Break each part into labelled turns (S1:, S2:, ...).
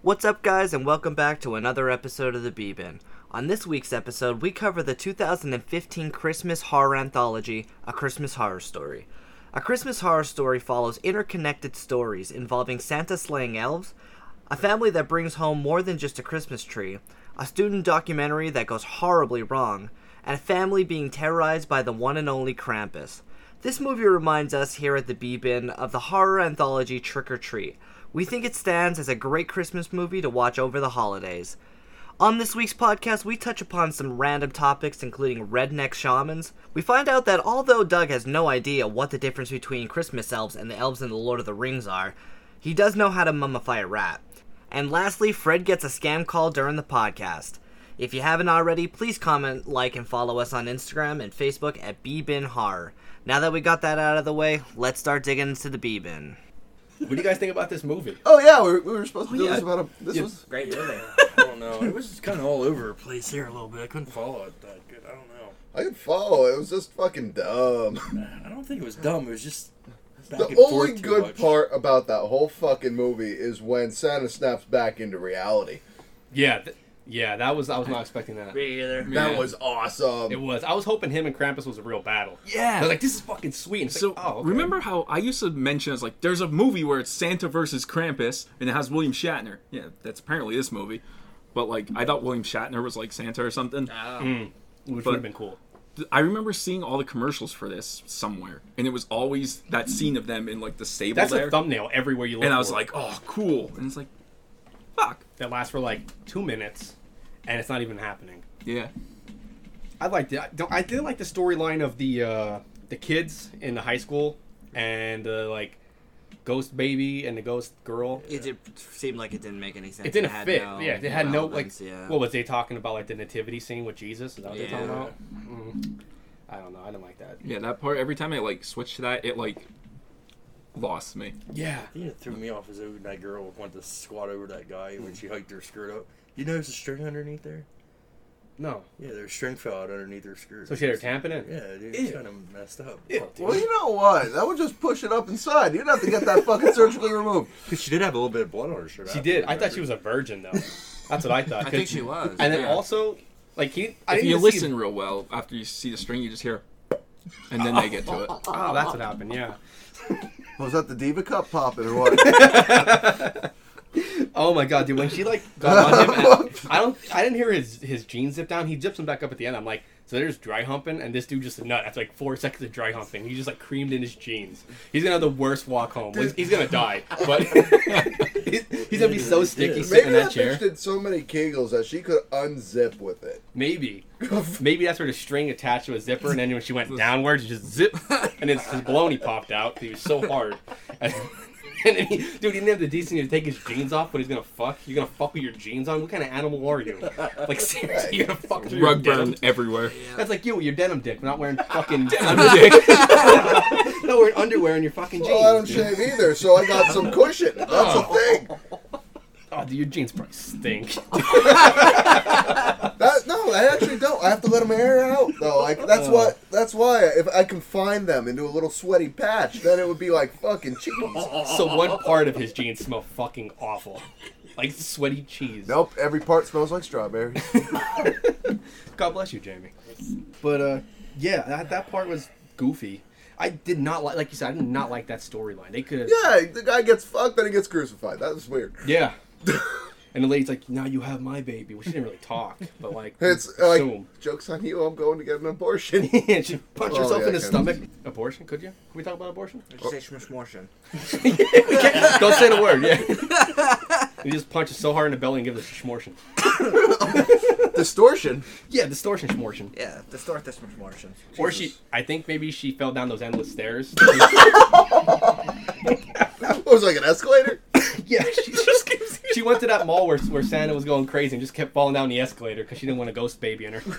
S1: What's up, guys, and welcome back to another episode of the B Bin. On this week's episode, we cover the 2015 Christmas horror anthology, A Christmas Horror Story. A Christmas Horror Story follows interconnected stories involving Santa slaying elves, a family that brings home more than just a Christmas tree, a student documentary that goes horribly wrong, and a family being terrorized by the one and only Krampus. This movie reminds us here at the B Bin of the horror anthology Trick or Treat. We think it stands as a great Christmas movie to watch over the holidays. On this week's podcast, we touch upon some random topics, including redneck shamans. We find out that although Doug has no idea what the difference between Christmas elves and the elves in The Lord of the Rings are, he does know how to mummify a rat. And lastly, Fred gets a scam call during the podcast. If you haven't already, please comment, like, and follow us on Instagram and Facebook at bbinhar. Now that we got that out of the way, let's start digging into the bbin.
S2: What do you guys think about this movie?
S3: Oh yeah, we, we were supposed to do
S2: yeah.
S3: this about a, this
S2: Yeah.
S3: was
S1: Great movie.
S2: I don't know. It was just kind of all over the place here a little bit. I couldn't follow it that good. I don't know.
S3: I could follow. It was just fucking dumb.
S2: I don't think it was dumb. It was just back
S3: the
S2: and
S3: only
S2: forth too
S3: good
S2: much.
S3: part about that whole fucking movie is when Santa snaps back into reality.
S4: Yeah, th- yeah, that was I was not expecting that.
S3: That
S4: Yeah.
S3: was awesome.
S4: It was. I was hoping him and Krampus was a real battle. I
S2: Yeah.
S4: was like, this is fucking sweet. And it's
S5: So
S4: like, oh, okay.
S5: remember how I used to mention it's like there's a movie where it's Santa versus Krampus and it has William Shatner. Yeah, that's apparently this movie. But like I thought William Shatner was like Santa or something.
S4: which
S5: but-
S4: would have been cool.
S5: I remember seeing all the commercials for this somewhere, and it was always that scene of them in like the stable
S4: That's
S5: there.
S4: a thumbnail everywhere you look.
S5: and I was
S4: for it.
S5: like, oh, cool. And it's like, fuck.
S4: that lasts for like two minutes, and it's not even happening.
S5: Yeah.
S4: I liked it. I, don't- I did like the storyline of the uh, the kids in the high school and the like ghost baby and the ghost girl.
S1: It did seem like it didn't make any sense.
S4: It didn't
S1: had
S4: fit.
S1: no
S4: yeah, it had no like.
S1: relevance, yeah.
S4: What was they talking about? Like the nativity scene with Jesus? Is that what they're talking
S1: Yeah.
S4: about? Mm. I don't know. I didn't like that.
S5: Yeah, that part, every time I like switched to that, it like lost me.
S4: Yeah.
S2: You know, what threw me off is when that girl went to squat over that guy when she hiked her skirt up. You notice the string underneath there?
S4: No.
S2: Yeah, their string fell out underneath her skirt.
S4: So she had her tamping in.
S2: Yeah, dude, it's kind of messed up.
S3: Well, you know what? That would just push it up inside. You'd have to get that fucking surgically removed.
S2: Because she did have a little bit of blood on her shirt.
S4: She did. I thought she was a virgin though. That's what I thought.
S1: I think she was.
S4: And then
S5: yeah.
S4: also, like he, I
S5: If
S4: didn't
S5: you
S4: even see-
S5: listen real well, after you see the string, you just hear, and then they get to it.
S4: Oh, that's what happened. Yeah.
S3: Was that the diva cup popping or what?
S4: Oh my god, dude! When she like got on him, and I I don't, I didn't hear his his jeans zip down. He zips them back up at the end. I'm like, so there's dry humping, and this dude just a nut after like four seconds of dry humping. He just like creamed in his jeans. He's gonna have the worst walk home. He's, he's gonna die, but he's, he's gonna be so sticky sitting
S3: Maybe
S4: in that
S3: that
S4: chair.
S3: bitch did so many kegels that she could unzip with it.
S4: Maybe, maybe that's where the string attached to a zipper, and then when she went downwards, it just zip, and then his baloney popped out. He was so hard. And, then he, dude, he didn't have the decency to take his jeans off, but he's gonna fuck. You're gonna fuck with your jeans on. What kind of animal are you? Like seriously, you're gonna fuck with your
S5: Rug
S4: denim.
S5: burn everywhere.
S4: That's like you, with your denim dick, not wearing fucking underwear. not wearing underwear in your fucking jeans.
S3: Well, Oh, I don't
S4: dude.
S3: shave either, so I got some cushion. That's a thing.
S4: Oh, dude, your jeans probably stink.
S3: That no, I actually don't. I have to let them air out though. Like that's what that's why if I confine them into a little sweaty patch, then it would be like fucking cheese.
S4: so one part of his jeans smell fucking awful, like sweaty cheese.
S3: Nope, every part smells like strawberry.
S4: God bless you, Jamie. But uh, yeah, that, that part was goofy. I did not like, like you said, I did not like that storyline. They could have,
S3: yeah, the guy gets fucked, then he gets crucified. That was weird.
S4: yeah. and the lady's like, "Now you have my baby." Well, she didn't really talk, but like,
S3: It's uh, like
S4: assume.
S3: jokes on you. I'm going to get an abortion.
S4: And she punched
S3: Well,
S4: herself
S3: Oh, yeah,
S4: in the
S3: I
S4: stomach. Abortion? Could you? Can we talk about abortion?
S1: It's
S4: Don't say the word. Yeah. you just punch it so hard in the belly and give it a schmortion.
S3: Distortion.
S4: Yeah, distortion schmortion.
S1: yeah, the start this much Martian.
S4: Or she, I think maybe she fell down those endless stairs.
S3: What was it, like an escalator?
S4: yeah, she just keeps. She went to that mall where, where Santa was going crazy and just kept falling down the escalator because she didn't want a ghost baby in her.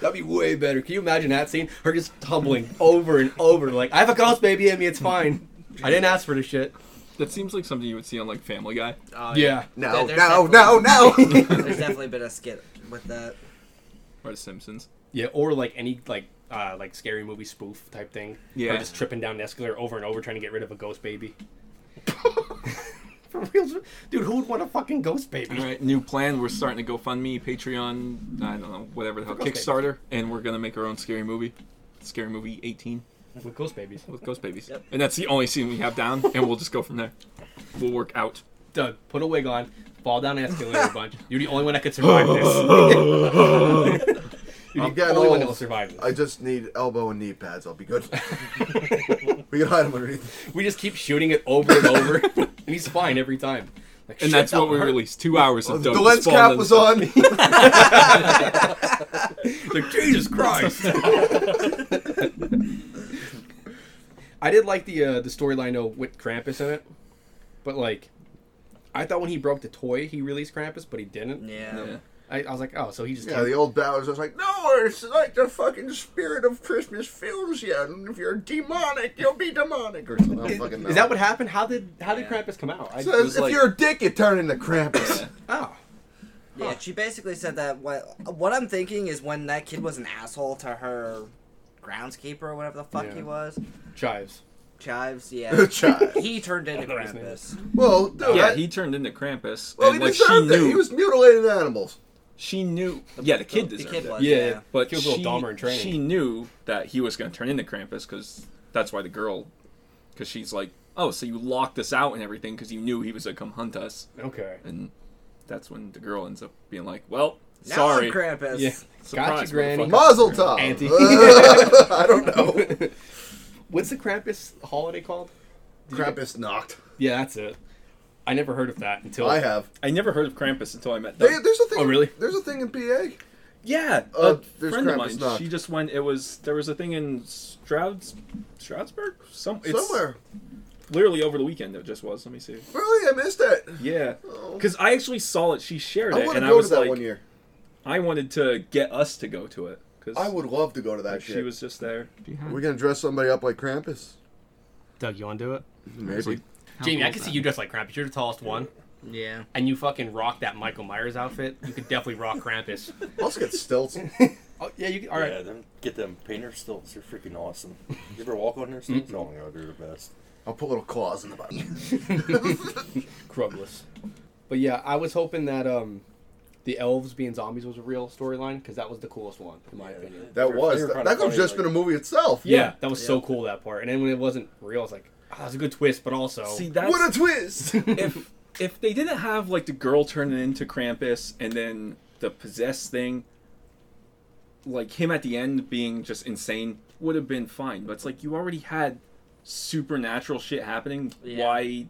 S4: That'd be way better. Can you imagine that scene? Her just tumbling over and over, like I have a ghost baby in me. It's fine. I didn't ask for this shit.
S5: That seems like something you would see on like Family Guy.
S4: yeah.
S3: No,
S1: There-
S3: no, no, no.
S1: There's definitely been a skit with that.
S5: Or The Simpsons.
S4: Yeah, or like any like uh, like scary movie spoof type thing. Her
S5: Yeah.
S4: just tripping down the escalator over and over trying to get rid of a ghost baby. For real, dude, who would want a fucking ghost baby?
S5: All right, new plan. We're starting to GoFundMe, Patreon, I don't know, whatever the hell,
S4: Okay.
S5: Kickstarter, and we're gonna make our own scary movie, scary movie 18
S4: With ghost babies.
S5: with ghost babies,
S6: Yep.
S5: and that's the only scene we have down, and we'll just go from there. We'll work out.
S4: Doug, put a wig on, fall down an escalator a bunch. You're the only one that could survive this. You're
S3: I'm
S4: the
S3: getting
S4: only one
S3: old.
S4: that will survive this.
S3: I just need elbow and knee pads. I'll be good. we can hide them underneath.
S4: We just keep shooting it over and over, and he's fine every time. Like,
S5: And
S4: "Shit,
S5: that's
S4: that
S5: what we
S4: hurt."
S5: released. Two hours of
S3: the
S5: Doug
S3: lens
S5: falling
S3: cap
S5: in
S3: was
S5: the-
S3: on.
S4: Like, Jesus Christ! I did like the uh, the storyline though with Krampus in it, but like, I thought when he broke the toy, he released Krampus, but he didn't.
S6: Yeah.
S5: Yeah.
S4: I, I was like, oh, so he just
S3: yeah, the old Bowers was like, no, it's like the fucking spirit of Christmas fills you. And if you're demonic, you'll be demonic or something. I don't fucking know.
S4: Is that what happened? How did how did
S6: Yeah.
S4: Krampus come out? I,
S3: It says,
S5: was
S3: if
S5: like-
S3: you're a dick, you turn into Krampus.
S4: oh,
S6: Yeah, she basically said that what what I'm thinking is when that kid was an asshole to her groundskeeper or whatever the fuck
S4: Yeah.
S6: he was.
S4: chives.
S6: Chives, yeah.
S3: Child.
S6: he turned into
S4: know his name.
S6: Krampus.
S3: Well, dude,
S5: Yeah,
S3: I-
S5: he turned into Krampus,
S3: well, he
S5: and like she
S3: deserved it.
S5: knew,
S3: He was mutilated animals.
S5: she knew. Yeah, the kid deserved it.
S1: Uh,
S6: was,
S4: Yeah,
S6: yeah.
S4: yeah.
S5: But
S4: He was a
S5: she,
S4: little Dahmer in training.
S5: she knew that he was going to turn into Krampus because that's why the girl, because she's like, oh, so you locked us out and everything because you knew he was going to come hunt us.
S4: Okay.
S5: And that's when the girl ends up being like, well,
S6: Now
S5: sorry.
S6: I'm Krampus.
S4: Yeah.
S5: Surprise,
S4: gotcha, Granny.
S5: motherfucker.
S3: Mazel tov.
S4: Auntie.
S3: I don't know.
S4: What's the Krampus holiday called?
S3: Krampus knocked.
S4: Yeah, that's it. I never heard of that until
S3: I have.
S5: I never heard of Krampus until I met
S3: They,
S5: them.
S3: there's a thing.
S4: Oh, really?
S3: There's a thing in PA.
S5: yeah,
S3: Uh,
S5: a
S3: there's
S5: friend of
S3: Krampus
S5: mine.
S3: knocked.
S5: She just went. It was there was a thing in Strouds, Stroudsburg, some it's
S3: Somewhere.
S5: Literally over the weekend, it just was. Let me see.
S3: Really? I missed it.
S5: Yeah,
S3: Oh.
S5: because I actually saw it. She shared
S3: I
S5: it,
S3: want to
S5: and I
S3: go to
S5: was
S3: that
S5: like,
S3: one year.
S5: I wanted to get us to go to it because
S3: I would love to go to that
S5: Like
S3: shit.
S5: she was just there.
S3: We're gonna dress somebody up like Krampus.
S4: Doug, you want to do it?
S3: Maybe.
S4: Jamie, I can see you dressed like Krampus. You're the tallest one,
S6: Yeah.
S4: and you fucking rock that Michael Myers outfit. You could definitely rock Krampus.
S3: Let's get stilts.
S4: oh yeah, you. All right.
S2: Yeah, them, get them painter stilts. They're freaking awesome. You ever walk on their
S4: Mm-hmm.
S2: stilts? oh my god, they're the best.
S3: I'll put little claws in the bottom.
S4: Krugless. But yeah, I was hoping that um, the elves being zombies was a real storyline because that was the coolest one in my
S2: Yeah.
S4: opinion.
S3: That was
S2: They were
S3: that,
S2: kinda
S3: that could have
S2: funny,
S3: just
S2: like-
S3: been a movie itself.
S4: Yeah,
S5: Yeah.
S4: that was so cool that part. And then when it wasn't real, I was like, ah, that's a good twist, but also
S5: See that's
S3: What a twist!
S5: if if they didn't have like the girl turning into Krampus and then the possessed thing, like him at the end being just insane would have been fine. But it's like you already had supernatural shit happening.
S6: Yeah.
S5: Why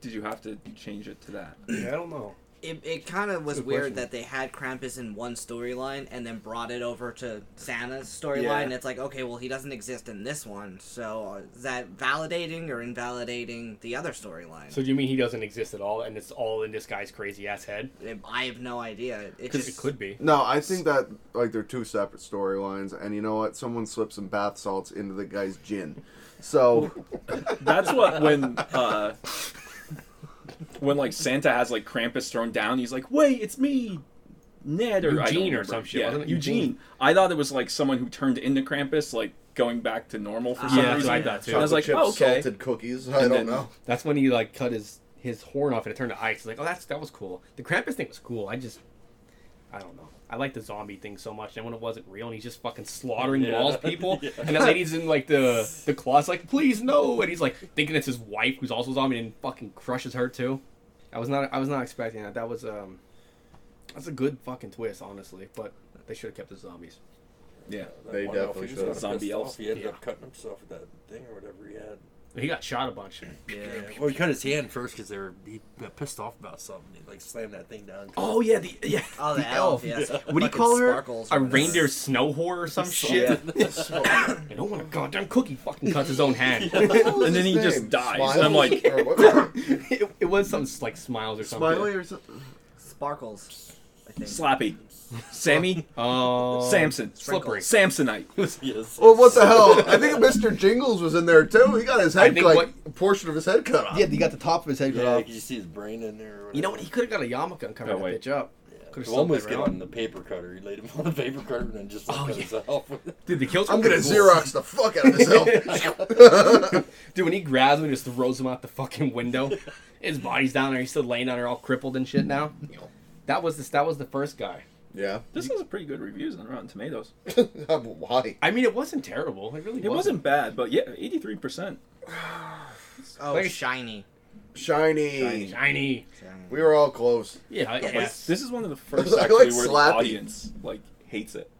S5: did you have to change it to that?
S4: I don't know.
S6: It, it kind of was
S4: Good
S6: weird
S4: question.
S6: that they had Krampus in one storyline and then brought it over to Santa's storyline.
S5: Yeah.
S6: And It's like, okay, well, he doesn't exist in this one. So uh, is that validating or invalidating the other storyline?
S4: So do you mean he doesn't exist at all, and it's all in this guy's crazy ass head?
S6: It- I have no idea. It
S4: Because
S6: just
S4: it could be.
S3: no, I think that like they're two separate storylines, and you know what? Someone slipped some bath salts into the guy's gin. So
S5: That's what when uh when like Santa has like Krampus thrown down, he's like, "Wait, it's me." Ned or I don't
S4: Eugene or
S5: remember.
S4: some shit,
S5: Yeah,
S4: wasn't it?
S5: Eugene.
S4: Eugene.
S5: I thought it was like someone who turned into Krampus, like going back to normal
S4: Ah,
S5: for
S6: Yeah,
S5: some
S6: that's
S5: reason.
S6: what I
S4: thought, too.
S5: And I was like,
S3: Chocolate
S5: "Oh,
S3: chip
S5: okay."
S3: salted cookies. I
S5: And
S3: don't
S5: then-
S3: know.
S4: That's when he like cut his his horn off and it turned to ice. Like, oh, that's that was cool. The Krampus thing was cool. I just, I don't know. I like the zombie thing so much. And when it wasn't real, and he's just fucking slaughtering
S2: Yeah.
S4: walls people,
S2: Yeah.
S4: and that lady's in like the the closet, like, please no, and he's like thinking it's his wife who's also a zombie and fucking crushes her too. I was not I was not expecting that. That was um, that's a good fucking twist, honestly. But they should have kept the zombies.
S5: Yeah.
S2: That
S3: They
S2: one elf,
S3: definitely
S2: he
S3: should've.
S2: was kinda
S5: Zombie
S2: pissed
S5: elves.
S2: off. He ended
S4: Yeah.
S2: up cutting himself with that thing or whatever he had.
S4: He got shot a bunch.
S6: Yeah.
S2: Well, he cut his hand first because they were he got pissed off about something. He like slammed that thing down.
S5: Oh yeah, the yeah.
S6: Oh, the,
S4: The
S6: elf.
S4: elf,
S6: Yes.
S2: yeah.
S4: What do you call her?
S6: or
S4: A
S6: whatever.
S4: reindeer snow whore or some shit. And oh my goddamn cookie fucking cuts his own hand.
S3: What was
S5: And then
S3: his
S5: he just
S3: name?
S5: dies, and I'm like-
S3: Or what-
S4: it, it was some like smiles or something.
S3: Smiley or something.
S6: Sparkles. I think.
S5: Slappy. Sammy.
S3: Um,
S4: Oh,
S5: Samson.
S4: Slippery.
S5: Samsonite.
S2: yes.
S3: Well, what the hell? I think Mr. Jingles was in there too. He got his
S4: I
S3: head
S4: think
S3: like
S4: what-
S3: a portion of his head cut off.
S4: Yeah, he got the top of his head cut
S2: Yeah,
S4: off.
S2: you see his brain in there. Or
S4: You know what? He could have got a yarmulke and covered
S5: Oh,
S4: that
S5: wait.
S4: bitch up.
S2: whatever.
S4: Could've
S2: Well, almost
S4: slept
S2: get
S4: right
S2: on
S4: on.
S2: the paper cutter. He laid him on the paper cutter and then just like,
S4: Oh,
S2: cut
S4: yeah.
S2: himself.
S4: Dude, the kills.
S3: I'm
S4: were
S3: gonna
S4: cool.
S3: Xerox the fuck out of this elf.
S4: Dude, when he grabs him and just throws him out the fucking window, his body's down there. He's still laying down there, all crippled and shit. Now, that was this. That was the first guy.
S3: yeah.
S5: This has pretty good reviews on Rotten Tomatoes.
S3: Why?
S4: I mean, it wasn't terrible. It really
S5: It wasn't bad, but yeah, 83%.
S6: Oh,
S3: Very
S6: Very shiny.
S3: Shiny.
S4: shiny.
S3: We were all close.
S4: Yeah.
S5: Like,
S4: yeah.
S5: This is one of the first
S3: I like
S5: actually where
S3: Slappy.
S5: the audience like hates it.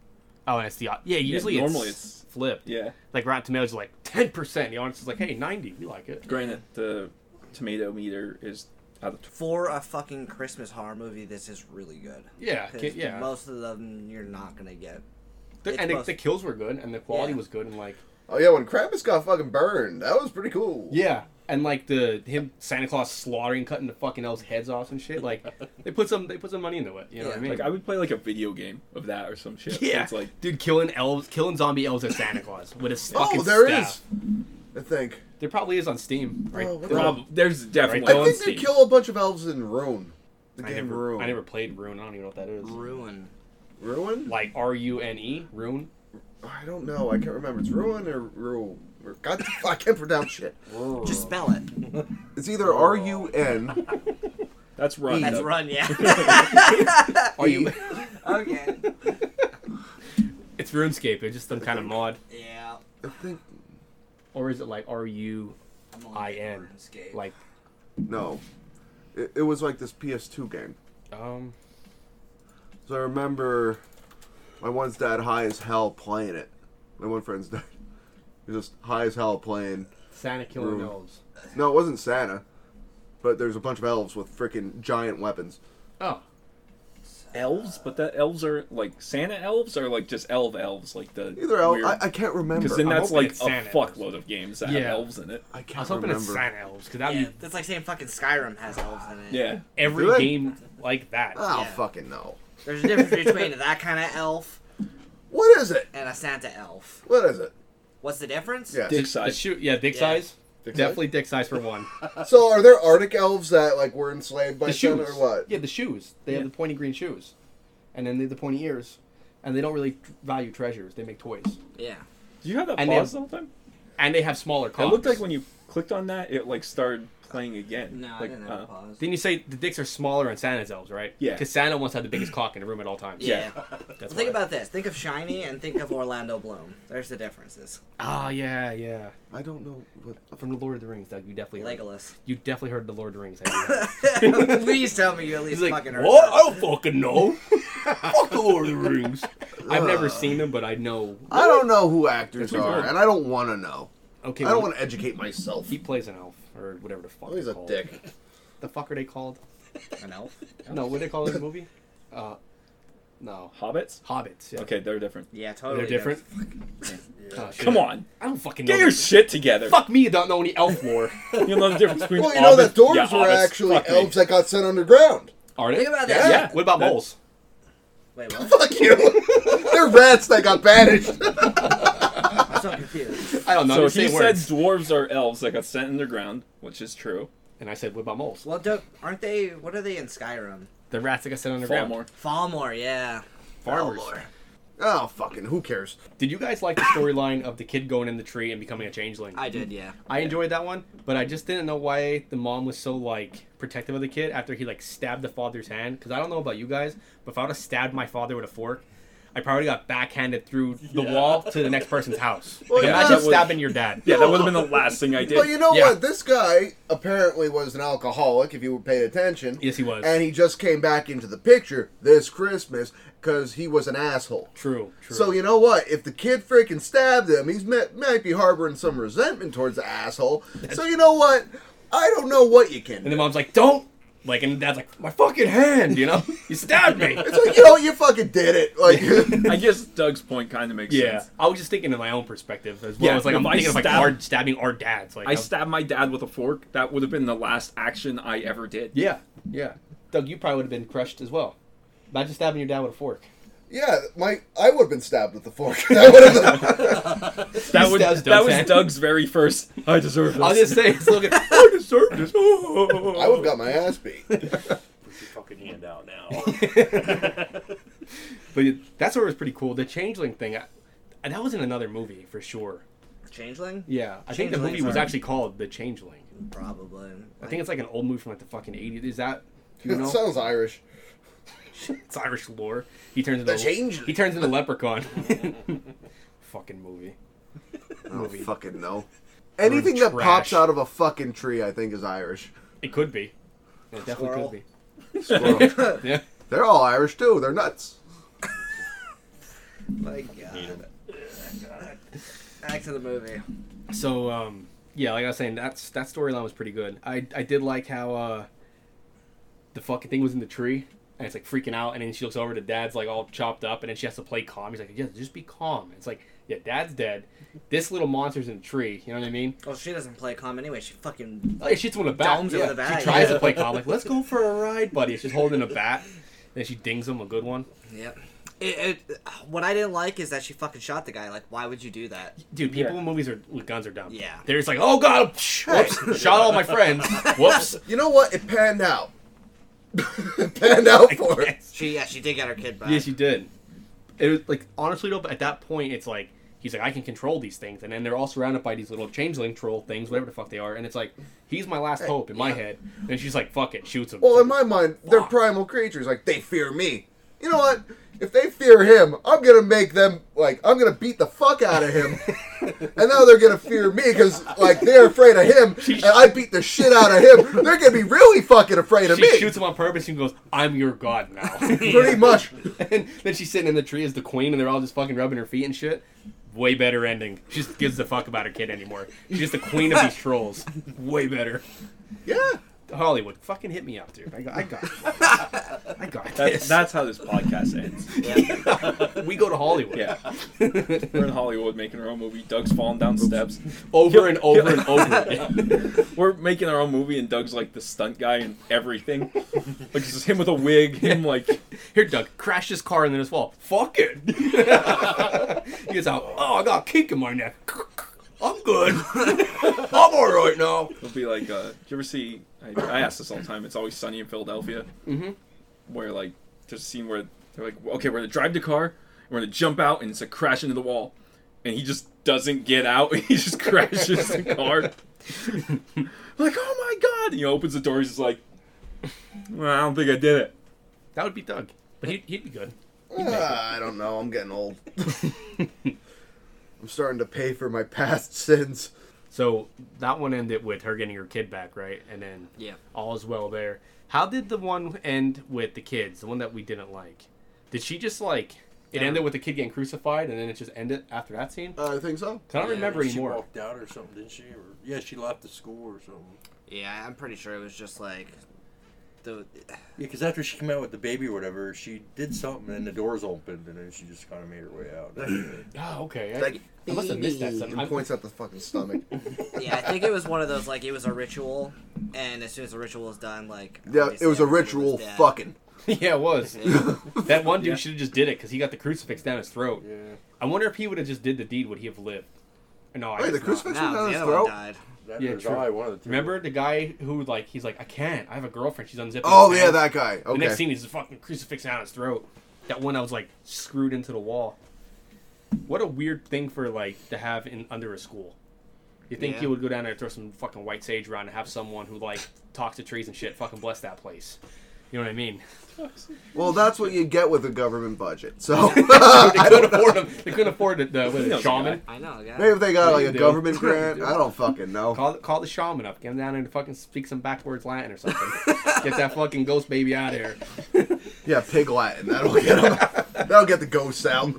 S4: Oh, and it's the yeah. Usually,
S5: normally
S4: it's,
S5: it's-
S4: flipped.
S5: Yeah.
S4: Like Rotten Tomatoes is like ten percent. The audience is like, hey, ninety. We like it.
S5: Granted, the tomato meter is out of tw-
S6: For a fucking Christmas horror movie, this is really good.
S4: Yeah.
S6: 'Cause
S4: ki- yeah.
S6: Most of them you're not gonna get.
S4: The-
S6: it's
S4: and the,
S6: most-
S4: the kills were good, and the quality
S6: Yeah.
S4: was good, and like
S3: Oh yeah, when Krampus got fucking burned, that was pretty cool.
S4: yeah, and like the him Santa Claus slaughtering, cutting the fucking elves' heads off and shit. Like they put some they put some money into it. You know what I
S6: Yeah.
S4: mean?
S5: like I would play like a video game of that or some shit.
S4: Yeah,
S5: It's like
S4: dude, killing elves, killing zombie elves as Santa Claus with a fucking
S3: Oh, there is.
S4: staff.
S3: I think.
S4: There probably is on Steam. Right?
S3: Oh, what the-
S5: prob- there's definitely
S4: Right.
S3: I
S5: on
S3: think they
S5: Steam.
S3: kill a bunch of elves in Rune. The
S4: I
S3: game
S4: never,
S3: Rune.
S4: I never played Rune. I don't even know what that is.
S6: Ruin.
S3: Ruin?
S4: Like R U N E, Rune.
S3: I don't know. I can't remember. It's Ruin or Rune. or- God, the fuck, I can't pronounce shit.
S6: Just spell it.
S3: It's either R U N.
S5: That's right.
S6: Oh, That's
S5: though.
S6: run, yeah.
S4: Are you?
S6: okay.
S4: it's RuneScape. It's just some kind of mod,
S6: Yeah.
S3: I think
S4: or is it like R U
S6: I'm on
S4: I N?
S6: RuneScape.
S4: Like
S3: no. It, it was like this PS2 game.
S4: um.
S3: So I remember my one's dad high as hell playing it. My one friend's dad. He was just high as hell playing.
S4: Santa killing
S3: Rune.
S4: elves.
S3: No, it wasn't Santa. But there's a bunch of elves with freaking giant weapons.
S4: Oh,
S5: elves, but that elves are like Santa elves or like just elf elves, like the
S3: Either elf, I, I can't remember.
S5: because then
S4: I'm
S5: that's
S4: hoping
S5: like a
S4: it's Santa
S5: fuckload of games that
S4: Yeah.
S5: have elves in it.
S3: I
S4: I was
S3: can't
S4: hoping it's
S3: remember.
S4: Santa elves because that'd
S6: yeah,
S4: be
S6: that's like saying fucking Skyrim has elves in it.
S5: Yeah,
S4: every
S3: Do they?
S4: game like that.
S3: I don't
S6: Yeah.
S3: fucking know.
S6: There's a difference between that kind of elf
S3: What is it?
S6: and a Santa elf.
S3: What is it?
S6: What's the difference?
S3: Yeah.
S5: dick
S4: The
S5: size.
S4: shoot, yeah, dick
S6: Yeah.
S4: size.
S3: Dick size?
S4: Definitely dick size for one.
S3: Uh, So are there Arctic elves that like were enslaved by
S4: the
S3: Santa
S4: shoes
S3: or what?
S4: Yeah, the shoes. They have
S5: Yeah.
S4: the pointy green shoes, and then they have the pointy ears, and they don't really tr- value treasures. They make toys,
S6: Yeah.
S5: Do you have that
S4: And
S5: pause
S4: they
S5: the whole time?
S4: and they have smaller
S5: It
S4: cocks.
S5: looked like when you clicked on that, it like started playing again.
S6: No, I
S5: like,
S6: didn't have
S5: uh,
S6: a pause.
S4: Didn't you say the dicks are smaller on Santa's elves, right?
S5: Yeah.
S4: Because Santa once had the biggest cock in the room at all times.
S6: Yeah.
S4: That's
S6: think
S4: why.
S6: about this. Think of Shiny and think of Orlando Bloom. There's the differences.
S4: Ah, yeah, yeah.
S3: I don't know. What...
S4: From the Lord of the Rings, Doug, you definitely heard.
S6: Legolas.
S4: You definitely heard the Lord of the Rings. I knew that.
S6: Please tell me you at least
S4: He's like,
S6: fucking heard
S4: what?
S6: that.
S4: I don't fucking know. Fuck the Lord of the Rings. I've never seen them, but I know.
S3: I don't know who actors
S5: That's
S3: are,
S5: weird.
S3: and I don't want to know.
S4: Okay,
S3: I don't
S4: well,
S3: want to educate myself.
S4: He plays an elf or whatever the fuck.
S3: Oh, he's
S4: they're
S3: a
S4: called.
S3: dick.
S4: The fuck are they called?
S6: An elf?
S4: No, what do they call this movie? Uh, no,
S5: hobbits.
S4: hobbits. Yeah.
S5: Okay, they're different.
S6: Yeah,
S4: they're
S6: totally.
S4: different. Oh, shit.
S5: Come on,
S4: I don't fucking know.
S5: get your
S4: the-
S5: shit together.
S4: Fuck me, you don't know any elf lore.
S5: You know the difference between.
S3: Well, you know that
S5: hobbits-
S3: dwarves
S5: yeah,
S3: were
S5: hobbits.
S3: actually
S5: Fuck me.
S3: elves that got sent underground.
S4: Are they?
S6: Think about
S3: Yeah.
S6: that.
S5: Yeah.
S4: What about
S5: That-
S4: moles?
S6: Wait, what?
S3: Fuck you. They're rats that got banished.
S6: I'm so confused.
S4: I don't know.
S5: So
S4: just
S5: he
S4: say
S5: said
S4: words.
S5: dwarves are elves that got sent underground, which is true.
S4: and I said, what about moles?
S6: Well, Doug, aren't they? What are they in Skyrim?
S4: The rats that got set underground.
S5: Falmore.
S6: Falmore, yeah.
S4: Farmers.
S3: Oh, fucking, who cares?
S4: Did you guys like the storyline of the kid going in the tree and becoming a changeling?
S6: I did, yeah.
S4: I enjoyed that one, but I just didn't know why the mom was so like protective of the kid after he like stabbed the father's hand. Because I don't know about you guys, but if I would have stabbed my father with a fork, I probably got backhanded through the
S2: Yeah.
S4: wall to the next person's house.
S3: Well,
S4: like,
S5: yeah,
S4: imagine
S5: that would-
S4: stabbing your dad.
S5: Yeah, that would have been the last thing I did.
S3: But you know
S4: Yeah.
S3: what? This guy apparently was an alcoholic, if you paid attention.
S4: Yes, he was.
S3: And he just came back into the picture this Christmas because he was an asshole.
S4: True. True.
S3: So you know what? If the kid freaking stabbed him, he's met, might be harboring some resentment towards the asshole. So you know what? I don't know what you can.
S4: and
S3: Do.
S4: the mom's like, "Don't." Like, and the dad's like, "My fucking hand," you know? you stabbed me.
S3: It's like you know you fucking did it. Like
S5: I guess Doug's point kind of makes
S4: Yeah,
S5: sense.
S4: I was just thinking of my own perspective as well.
S5: Yeah,
S4: as like
S5: if
S4: I'm
S5: I
S4: thinking of like
S5: stab-
S4: our, stabbing our dads. Like
S5: I
S4: I'm-
S5: stabbed my dad with a fork. That would have been the last action I ever did.
S4: Yeah, yeah. Doug, you probably would have been crushed as well. Imagine stabbing your dad with a fork.
S3: yeah, my I would have been stabbed with the fork. That would've been-
S5: That, would,
S4: stabs
S5: that
S4: Doug's
S5: was
S4: hand.
S5: Doug's very first. I deserve this.
S4: I'll just say, it's looking.
S5: I deserve this.
S3: I would have got my ass beat.
S2: Fucking could hand out now.
S4: But it, that's what was pretty cool. The changeling thing, I, that was in another movie for sure.
S6: Changeling?
S4: Yeah, I think the
S6: Changeling,
S4: movie was
S6: sorry.
S4: actually called The Changeling.
S6: Probably.
S4: I think it's like an old movie from like the fucking eighties. Is that do you
S3: It
S4: know?
S3: sounds Irish.
S4: it's Irish lore. He turns into
S6: The Changeling.
S4: He turns into leprechaun. fucking movie.
S3: I don't fucking know. Anything that
S4: trash.
S3: pops out of a fucking tree, I think, is Irish.
S4: It could be. It definitely
S6: Squirrel.
S4: could
S3: Squirrel.
S4: be. Yeah.
S3: They're all Irish too. They're nuts.
S6: My God. Back to the movie.
S4: So um, yeah, like I was saying, that's that storyline was pretty good. I I did like how uh, the fucking thing was in the tree and it's like freaking out, and then she looks over to dad's like all chopped up, and then she has to play calm. He's like, yeah, just be calm. it's like, yeah, dad's dead. This little monster's in the tree. You know what I mean?
S6: Well, she doesn't play calm anyway. She fucking.
S4: Like she hits him with a bat.
S6: Domes it
S4: yeah.
S6: with a bat,
S4: She tries
S6: yeah.
S4: to play calm. Like, let's go for a ride, buddy. She's holding a bat. Then she dings him a good one.
S6: Yep. It, it, what I didn't like is that she fucking shot the guy. Like, why would you do that?
S4: Dude, people
S5: Yeah.
S4: in movies are with guns are dumb.
S6: Yeah.
S4: They're just like, oh god, whoops, shot all my friends. Whoops.
S3: You know what? It panned out. it panned out for it.
S6: She yeah, she did get her kid back.
S4: Yes, you did. It was like honestly though, but at that point, it's like he's like I can control these things, and then they're all surrounded by these little changeling troll things, whatever the fuck they are, and it's like he's my last hope in my head, and she's like fuck it, shoots him.
S3: Well, in my mind, they're
S4: Fuck.
S3: primal creatures. Like they fear me. You know what? If they fear him, I'm gonna make them like I'm gonna beat the fuck out of him, and now they're gonna fear me because like they're afraid of him, and I beat the shit out of him. They're gonna be really fucking afraid of
S4: she
S3: me.
S4: shoots him on purpose and goes, "I'm your god now."
S3: Pretty much.
S4: and then she's sitting in the tree as the queen, and they're all just fucking rubbing her feet and shit. Way better ending. She just gives a fuck about her kid anymore. She's just the queen of these trolls. Way better.
S3: Yeah.
S4: Hollywood, fucking hit me up, dude. I got, I got, I got
S5: That's,
S4: this.
S5: that's how this podcast ends.
S6: Yeah.
S4: we go to Hollywood.
S5: Yeah. We're in Hollywood making our own movie. Doug's falling down steps.
S4: over and over and over again.
S5: We're making our own movie, and Doug's like the stunt guy and everything. Like, it's just him with a wig, him like.
S4: Here, Doug, crash this car into this wall. Fuck it. he gets out. Oh, I got a kink in my neck. I'm good. I'm all right now.
S5: It'll be like, uh, do you ever see? I, I ask this all the time. It's always sunny in Philadelphia,
S4: Mhm.
S5: where like there's a scene where they're like, okay, we're gonna drive the car, and we're gonna jump out, and it's a crash into the wall, and he just doesn't get out, and he just crashes the car. like, oh my god! And he opens the door, he's just like, well, I don't think I did it.
S4: That would be Doug, but he'd, he'd be good.
S3: Ah, I don't know. I'm getting old. I'm starting to pay for my past sins.
S4: So that one ended with her getting her kid back, right? And then
S6: Yeah.
S4: all is well there. How did the one end with the kids? The one that we didn't like. Did she just like it
S6: Yeah.
S4: ended with the kid getting crucified, and then it just ended after that scene?
S3: Uh, I think so.
S4: I don't remember
S2: she
S4: anymore.
S2: walked out or something, didn't she? Or, yeah, she left the school or something.
S6: Yeah, I'm pretty sure it was just like the
S2: Yeah, because after she came out with the baby or whatever, she did something and the doors opened and then she just kind of made her way out.
S4: Oh, okay. I,
S3: Like,
S4: I must have missed that. Some,
S3: And points at the fucking stomach.
S6: yeah, I think it was one of those like it was a ritual, and as soon as the ritual was done, like
S3: Yeah,
S6: obviously
S3: it was a
S6: everybody
S3: ritual
S6: dead.
S3: fucking.
S4: yeah, it was.
S6: Yeah.
S4: That one dude should have just did it because he got the crucifix down his throat.
S2: yeah.
S4: I wonder if he would have just did the deed, would he have lived? No, I
S3: Wait,
S4: guess
S3: the
S4: not.
S3: crucifix was
S6: No,
S3: down
S6: the
S3: his
S6: other one
S3: throat?
S6: died.
S2: That
S4: Yeah,
S2: was
S4: true.
S2: I, one of the two.
S4: Remember the guy who like he's like, I can't. I have a girlfriend. She's unzipping.
S3: Oh,
S4: her
S3: yeah,
S4: pants."
S3: that guy.
S4: The next
S3: Okay.
S4: scene is the fucking crucifix down his throat. That one I was like screwed into the wall. What a weird thing for like to have in under a school. You think
S6: Yeah.
S4: you would go down there and throw some fucking white sage around and have someone who like talks to trees and shit fucking bless that place? You know what I mean?
S3: Well, that's what you get with a government budget. So
S4: they couldn't afford them. They couldn't afford the, the, what,
S5: He
S4: the
S5: knows the
S4: shaman.
S6: I know. Yeah.
S3: maybe if they got
S4: What
S3: like
S4: do
S3: a
S4: you do?
S3: government grant, I don't fucking know.
S4: Call call the shaman up. Get him down and fucking speak some backwards Latin or something. Get that fucking ghost baby out of here.
S3: Yeah, pig Latin. That'll get them. That'll get the ghost out.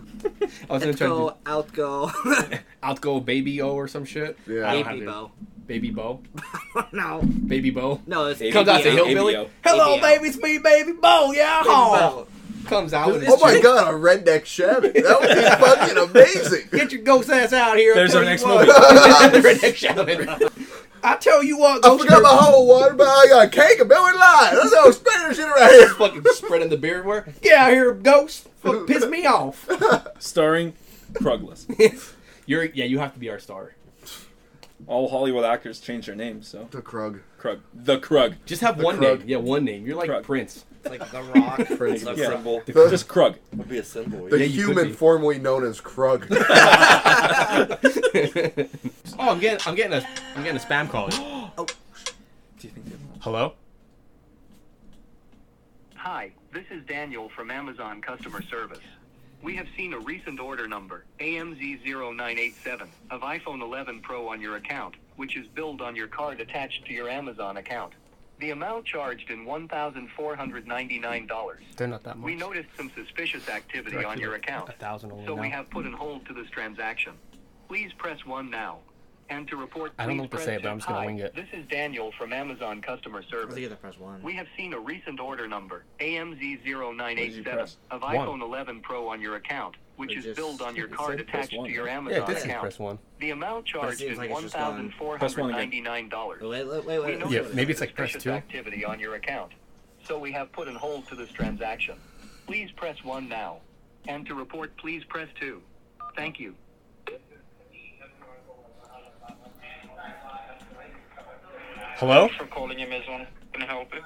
S4: I was gonna try
S6: Go
S4: to
S6: out, go
S4: do outgo baby o or some shit.
S3: Yeah.
S4: I don't have
S6: baby
S4: to-
S6: bow.
S4: Baby bo.
S6: no,
S4: Baby bo.
S6: no, it's
S5: Baby
S4: Comes out to
S6: BBO.
S5: hill.
S4: hillbilly.
S5: ABO.
S4: Hello,
S6: ABO.
S4: baby, sweet baby bo. Yeah.
S6: Baby
S4: Oh!
S6: bow.
S4: Comes out. With
S3: Oh
S4: his
S3: my
S4: chick.
S3: god, a redneck shaman. That would be fucking amazing.
S4: Get your ghost ass out here. I
S5: There's
S4: tell
S5: our
S4: you
S5: next
S4: what. There's our next shaman. I tell you what,
S3: I
S4: ghost.
S3: forgot
S4: you're
S3: my whole water, but I got a cake and Billy Live. That's how I'm spreading this shit around here.
S4: Fucking spreading the beard where? Get out here, ghost. Fuck, piss me off.
S5: Starring Crugless.
S4: You're yeah. You have to be our star.
S5: all Hollywood actors change their names, so
S3: The Krug.
S5: Krug. The Krug.
S4: Just have one
S5: Krug.
S4: name. Yeah, one name. You're like
S5: Krug.
S4: Prince.
S6: It's like the rock.
S2: Prince of
S5: Yeah.
S2: symbol.
S5: The-
S3: The-
S5: just Krug.
S2: Would be a symbol.
S3: The
S2: yeah.
S4: you could
S3: human
S4: be.
S3: formerly known as Krug.
S4: Oh, I'm getting, I'm getting a, I'm getting a spam call.
S5: Do you think they will?
S4: Hello.
S7: Hi, this is Daniel from Amazon Customer Service. We have seen a recent order number, AMZ0987, of iPhone 11 Pro on your account, which is billed on your card attached to your Amazon account. The amount charged in $1,499.
S4: They're not that much.
S7: We noticed some suspicious activity on your account,
S4: A thousand only
S7: so we
S4: now.
S7: have put an hold to this transaction. Please press 1 now. And to report,
S4: I don't know
S7: please
S4: what to
S7: press
S4: say, but
S7: two.
S4: I'm just gonna
S7: Hi,
S4: wing it.
S7: This is Daniel from Amazon Customer
S6: I
S7: Service.
S6: think I press one.
S7: We have seen a recent order number,
S5: you
S7: AMZ0987,
S5: press?
S7: of
S4: One.
S7: iPhone 11 Pro on your account, which
S6: It
S7: is
S6: just-
S7: billed on your
S5: it
S7: card
S5: said press
S7: attached
S5: one,
S7: to your
S5: yeah.
S7: Amazon
S4: Yeah, it did say
S7: account.
S4: press one.
S7: The amount charged
S6: seems
S7: is
S6: like it's just gone.
S5: Press one again.
S7: $1,499.
S6: Wait, wait, wait,
S7: We
S6: wait.
S7: noticed
S4: Yeah, maybe it's like press
S7: suspicious
S4: two.
S7: activity on your account, so we have put an hold to this transaction. Please press 1 now. And to report, please press 2. Thank you.
S4: Hello.
S8: for calling Amazon. Can I help you?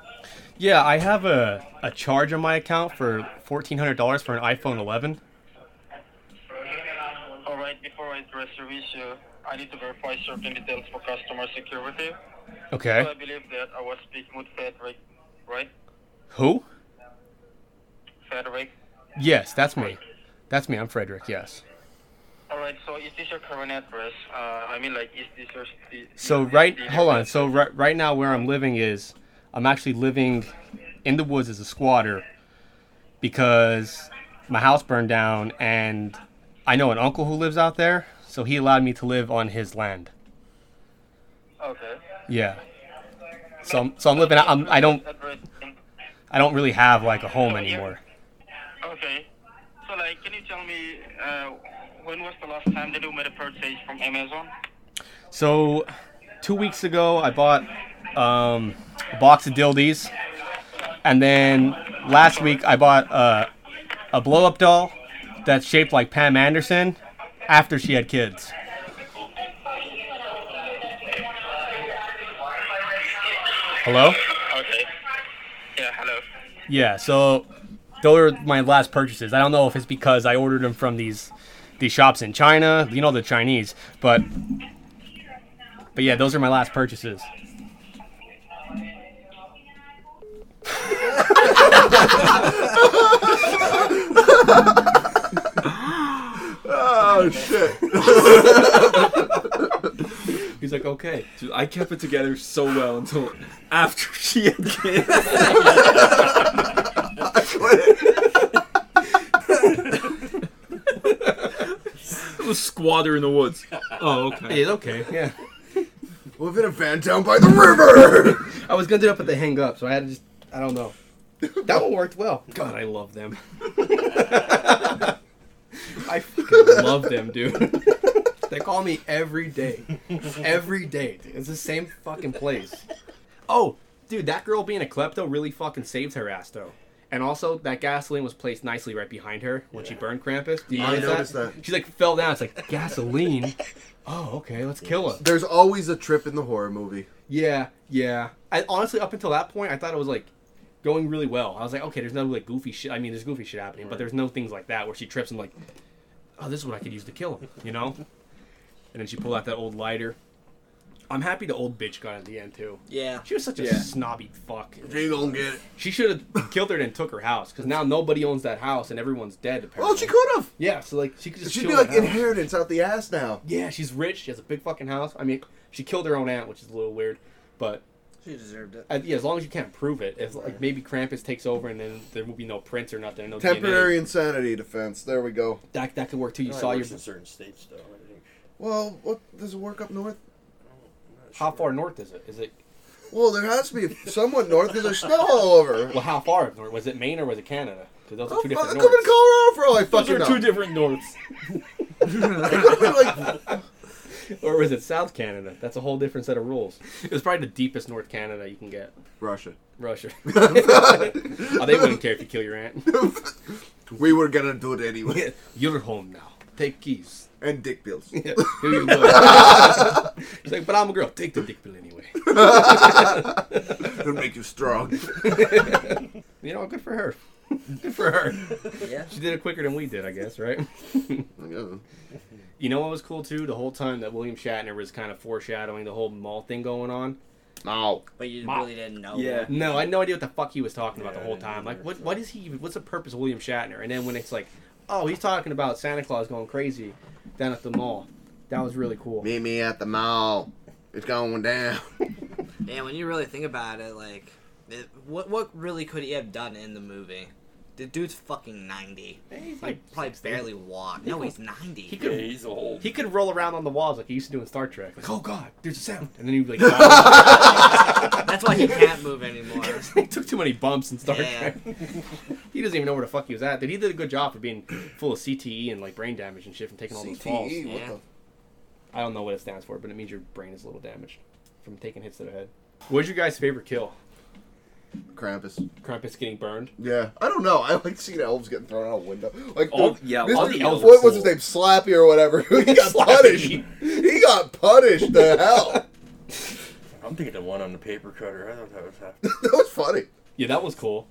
S4: Yeah, I have a a charge on my account for fourteen hundred dollars for an iPhone 11.
S8: Alright, before I address your issue, I need to verify certain details for customer security.
S4: Okay.
S8: So I believe that I was speaking with Frederick, right?
S4: Who?
S8: Frederick.
S4: Yes, that's me. That's me. I'm Frederick. Yes.
S8: Alright, so is this your current address? Uh, I mean, like, is this your... sti-
S4: So
S8: your
S4: right,
S8: sti-
S4: hold on. So right, right now where I'm living is, I'm actually living in the woods as a squatter, because my house burned down and I know an uncle who lives out there, so he allowed me to live on his land.
S8: Okay.
S4: Yeah. So I'm, so I'm living. I'm, um, I don't.
S8: Address in-
S4: I don't really have like a home anymore.
S8: Okay. So, like, can you tell me, uh, when was the last time that you made a purchase from Amazon?
S4: So two weeks ago, I bought um, a box of dildies, and then last week I bought uh, a blow up doll that's shaped like Pam Anderson after she had kids. Hello.
S8: Okay. Yeah, hello.
S4: Yeah, so those are my last purchases. I don't know if it's because I ordered them from these these shops in China, you know the Chinese, but but yeah, those are my last purchases.
S3: oh shit!
S4: He's like, oh, okay.
S5: Dude, I kept it together so well until after she had kids. It was squatter in the woods. Oh, okay.
S4: It's okay. Yeah.
S3: Live in a van down by the river.
S4: I was gonna do that, but they hang up, so I had to just I don't know. That one worked well. God, I love them. I fucking love them, dude. They call me every day. Every day. dude. It's the same fucking place. Oh, dude, that girl being a klepto really fucking saved her ass, though. And also, that gasoline was placed nicely right behind her when she burned Krampus. Do you
S3: I
S4: notice
S3: noticed that.
S4: She like fell down. It's like gasoline. Oh, okay, let's kill him.
S3: There's always a trip in the horror movie.
S4: Yeah, yeah. I honestly, up until that point, I thought it was like going really well. I was like, okay, there's no like goofy shit. I mean, there's goofy shit happening, but there's no things like that where she trips and like, oh, this is what I could use to kill him, you know? and then she pulled out that old lighter. I'm happy the old bitch got at the end too.
S6: Yeah.
S4: She was such a
S5: Yeah.
S4: snobby fuck.
S3: You gonna get it?
S4: She should have killed her and took her house because now nobody owns that house and everyone's dead. Apparently.
S3: Well, she could have.
S4: Yeah, so like she could just.
S3: She'd
S4: chill
S3: be
S4: in
S3: like
S4: that house.
S3: inheritance out the ass now.
S4: Yeah, she's rich. She has a big fucking house. I mean, she killed her own aunt, which is a little weird, but
S6: She deserved it.
S4: Uh, yeah, as long as you can't prove it. If like maybe Krampus takes over and then there will be no prints or nothing. No DNA.
S3: Temporary insanity defense. There we go.
S4: That that could work too. You
S2: You
S4: saw your
S2: in certain states though. I think.
S3: Well, what does it work up north?
S4: how far north is it? Is it
S3: Well, there has to be somewhat north because there's snow all over.
S4: well? How far up north was it? Maine or was it Canada? Because those
S3: Oh,
S4: are two
S3: fuck, I
S4: different
S3: could be
S4: norths.
S3: Colorado for all I
S5: Those
S3: fucking
S5: are two
S3: know.
S5: different norths.
S3: I could be, like,
S4: Or was it South Canada? That's a whole different set of rules. It was probably the deepest North Canada you can get.
S3: Russia.
S4: Russia. oh, they wouldn't care if you kill your aunt.
S3: we were gonna do it anyway.
S4: You're home now. take keys.
S3: and dick pills.
S4: Yeah, here you go. He's like, but I'm a girl. Take the dick pill anyway.
S3: It'll make you strong.
S4: You know, good for her. Good for her.
S6: Yeah.
S4: She did it quicker than we did, I guess, right? you know what was cool too? The whole time that William Shatner was kind of foreshadowing the whole mall thing going on.
S3: No.
S1: But you
S4: Ma-
S1: really didn't know.
S5: Yeah.
S4: No, I had no idea what the fuck he was talking about the
S2: Yeah,
S4: whole
S2: I didn't
S4: time. Like,
S2: either.
S4: what? What is he? even- What's the purpose of William Shatner? And then when it's like, oh, he's talking about Santa Claus going crazy down at the mall. That was really cool.
S3: Meet me at the mall. It's going down.
S1: And when you really think about it, like, it, what what really could he have done in the movie? The dude's fucking ninety.
S4: He's
S1: Like,
S4: like,
S1: probably barely walk. No, he's ninety.
S4: he
S2: Yeah,
S4: could
S2: he's a whole.
S4: He could roll around on the walls like he used to do in Star Trek. Like, oh god, there's a sound, and then he'd be like, "Oh."
S1: That's why he can't move anymore.
S4: he took too many bumps in Star
S1: Yeah.
S4: Trek. he doesn't even know where the fuck he was at. But he did a good job for being full of CTE and like brain damage and shit from taking all those
S2: E.
S4: falls.
S3: CTE,
S1: Yeah.
S3: E, what
S4: I don't know what it stands for, but it means your brain is a little damaged from taking hits to the head. What was your guys' favorite kill?
S3: the? Krampus.
S4: Krampus getting burned.
S3: Yeah, I don't know. I like seeing elves getting thrown out a window. Like,
S5: All-
S3: dude,
S5: yeah,
S3: this
S5: all
S3: dude-
S5: the elves
S3: What
S5: were
S3: was his
S5: cool.
S3: name? Slappy or whatever. he got
S4: Slappy.
S3: punished. He got punished to hell.
S2: I'm thinking the one on the paper cutter. I thought that was happening.
S3: That was funny.
S4: Yeah, that was cool.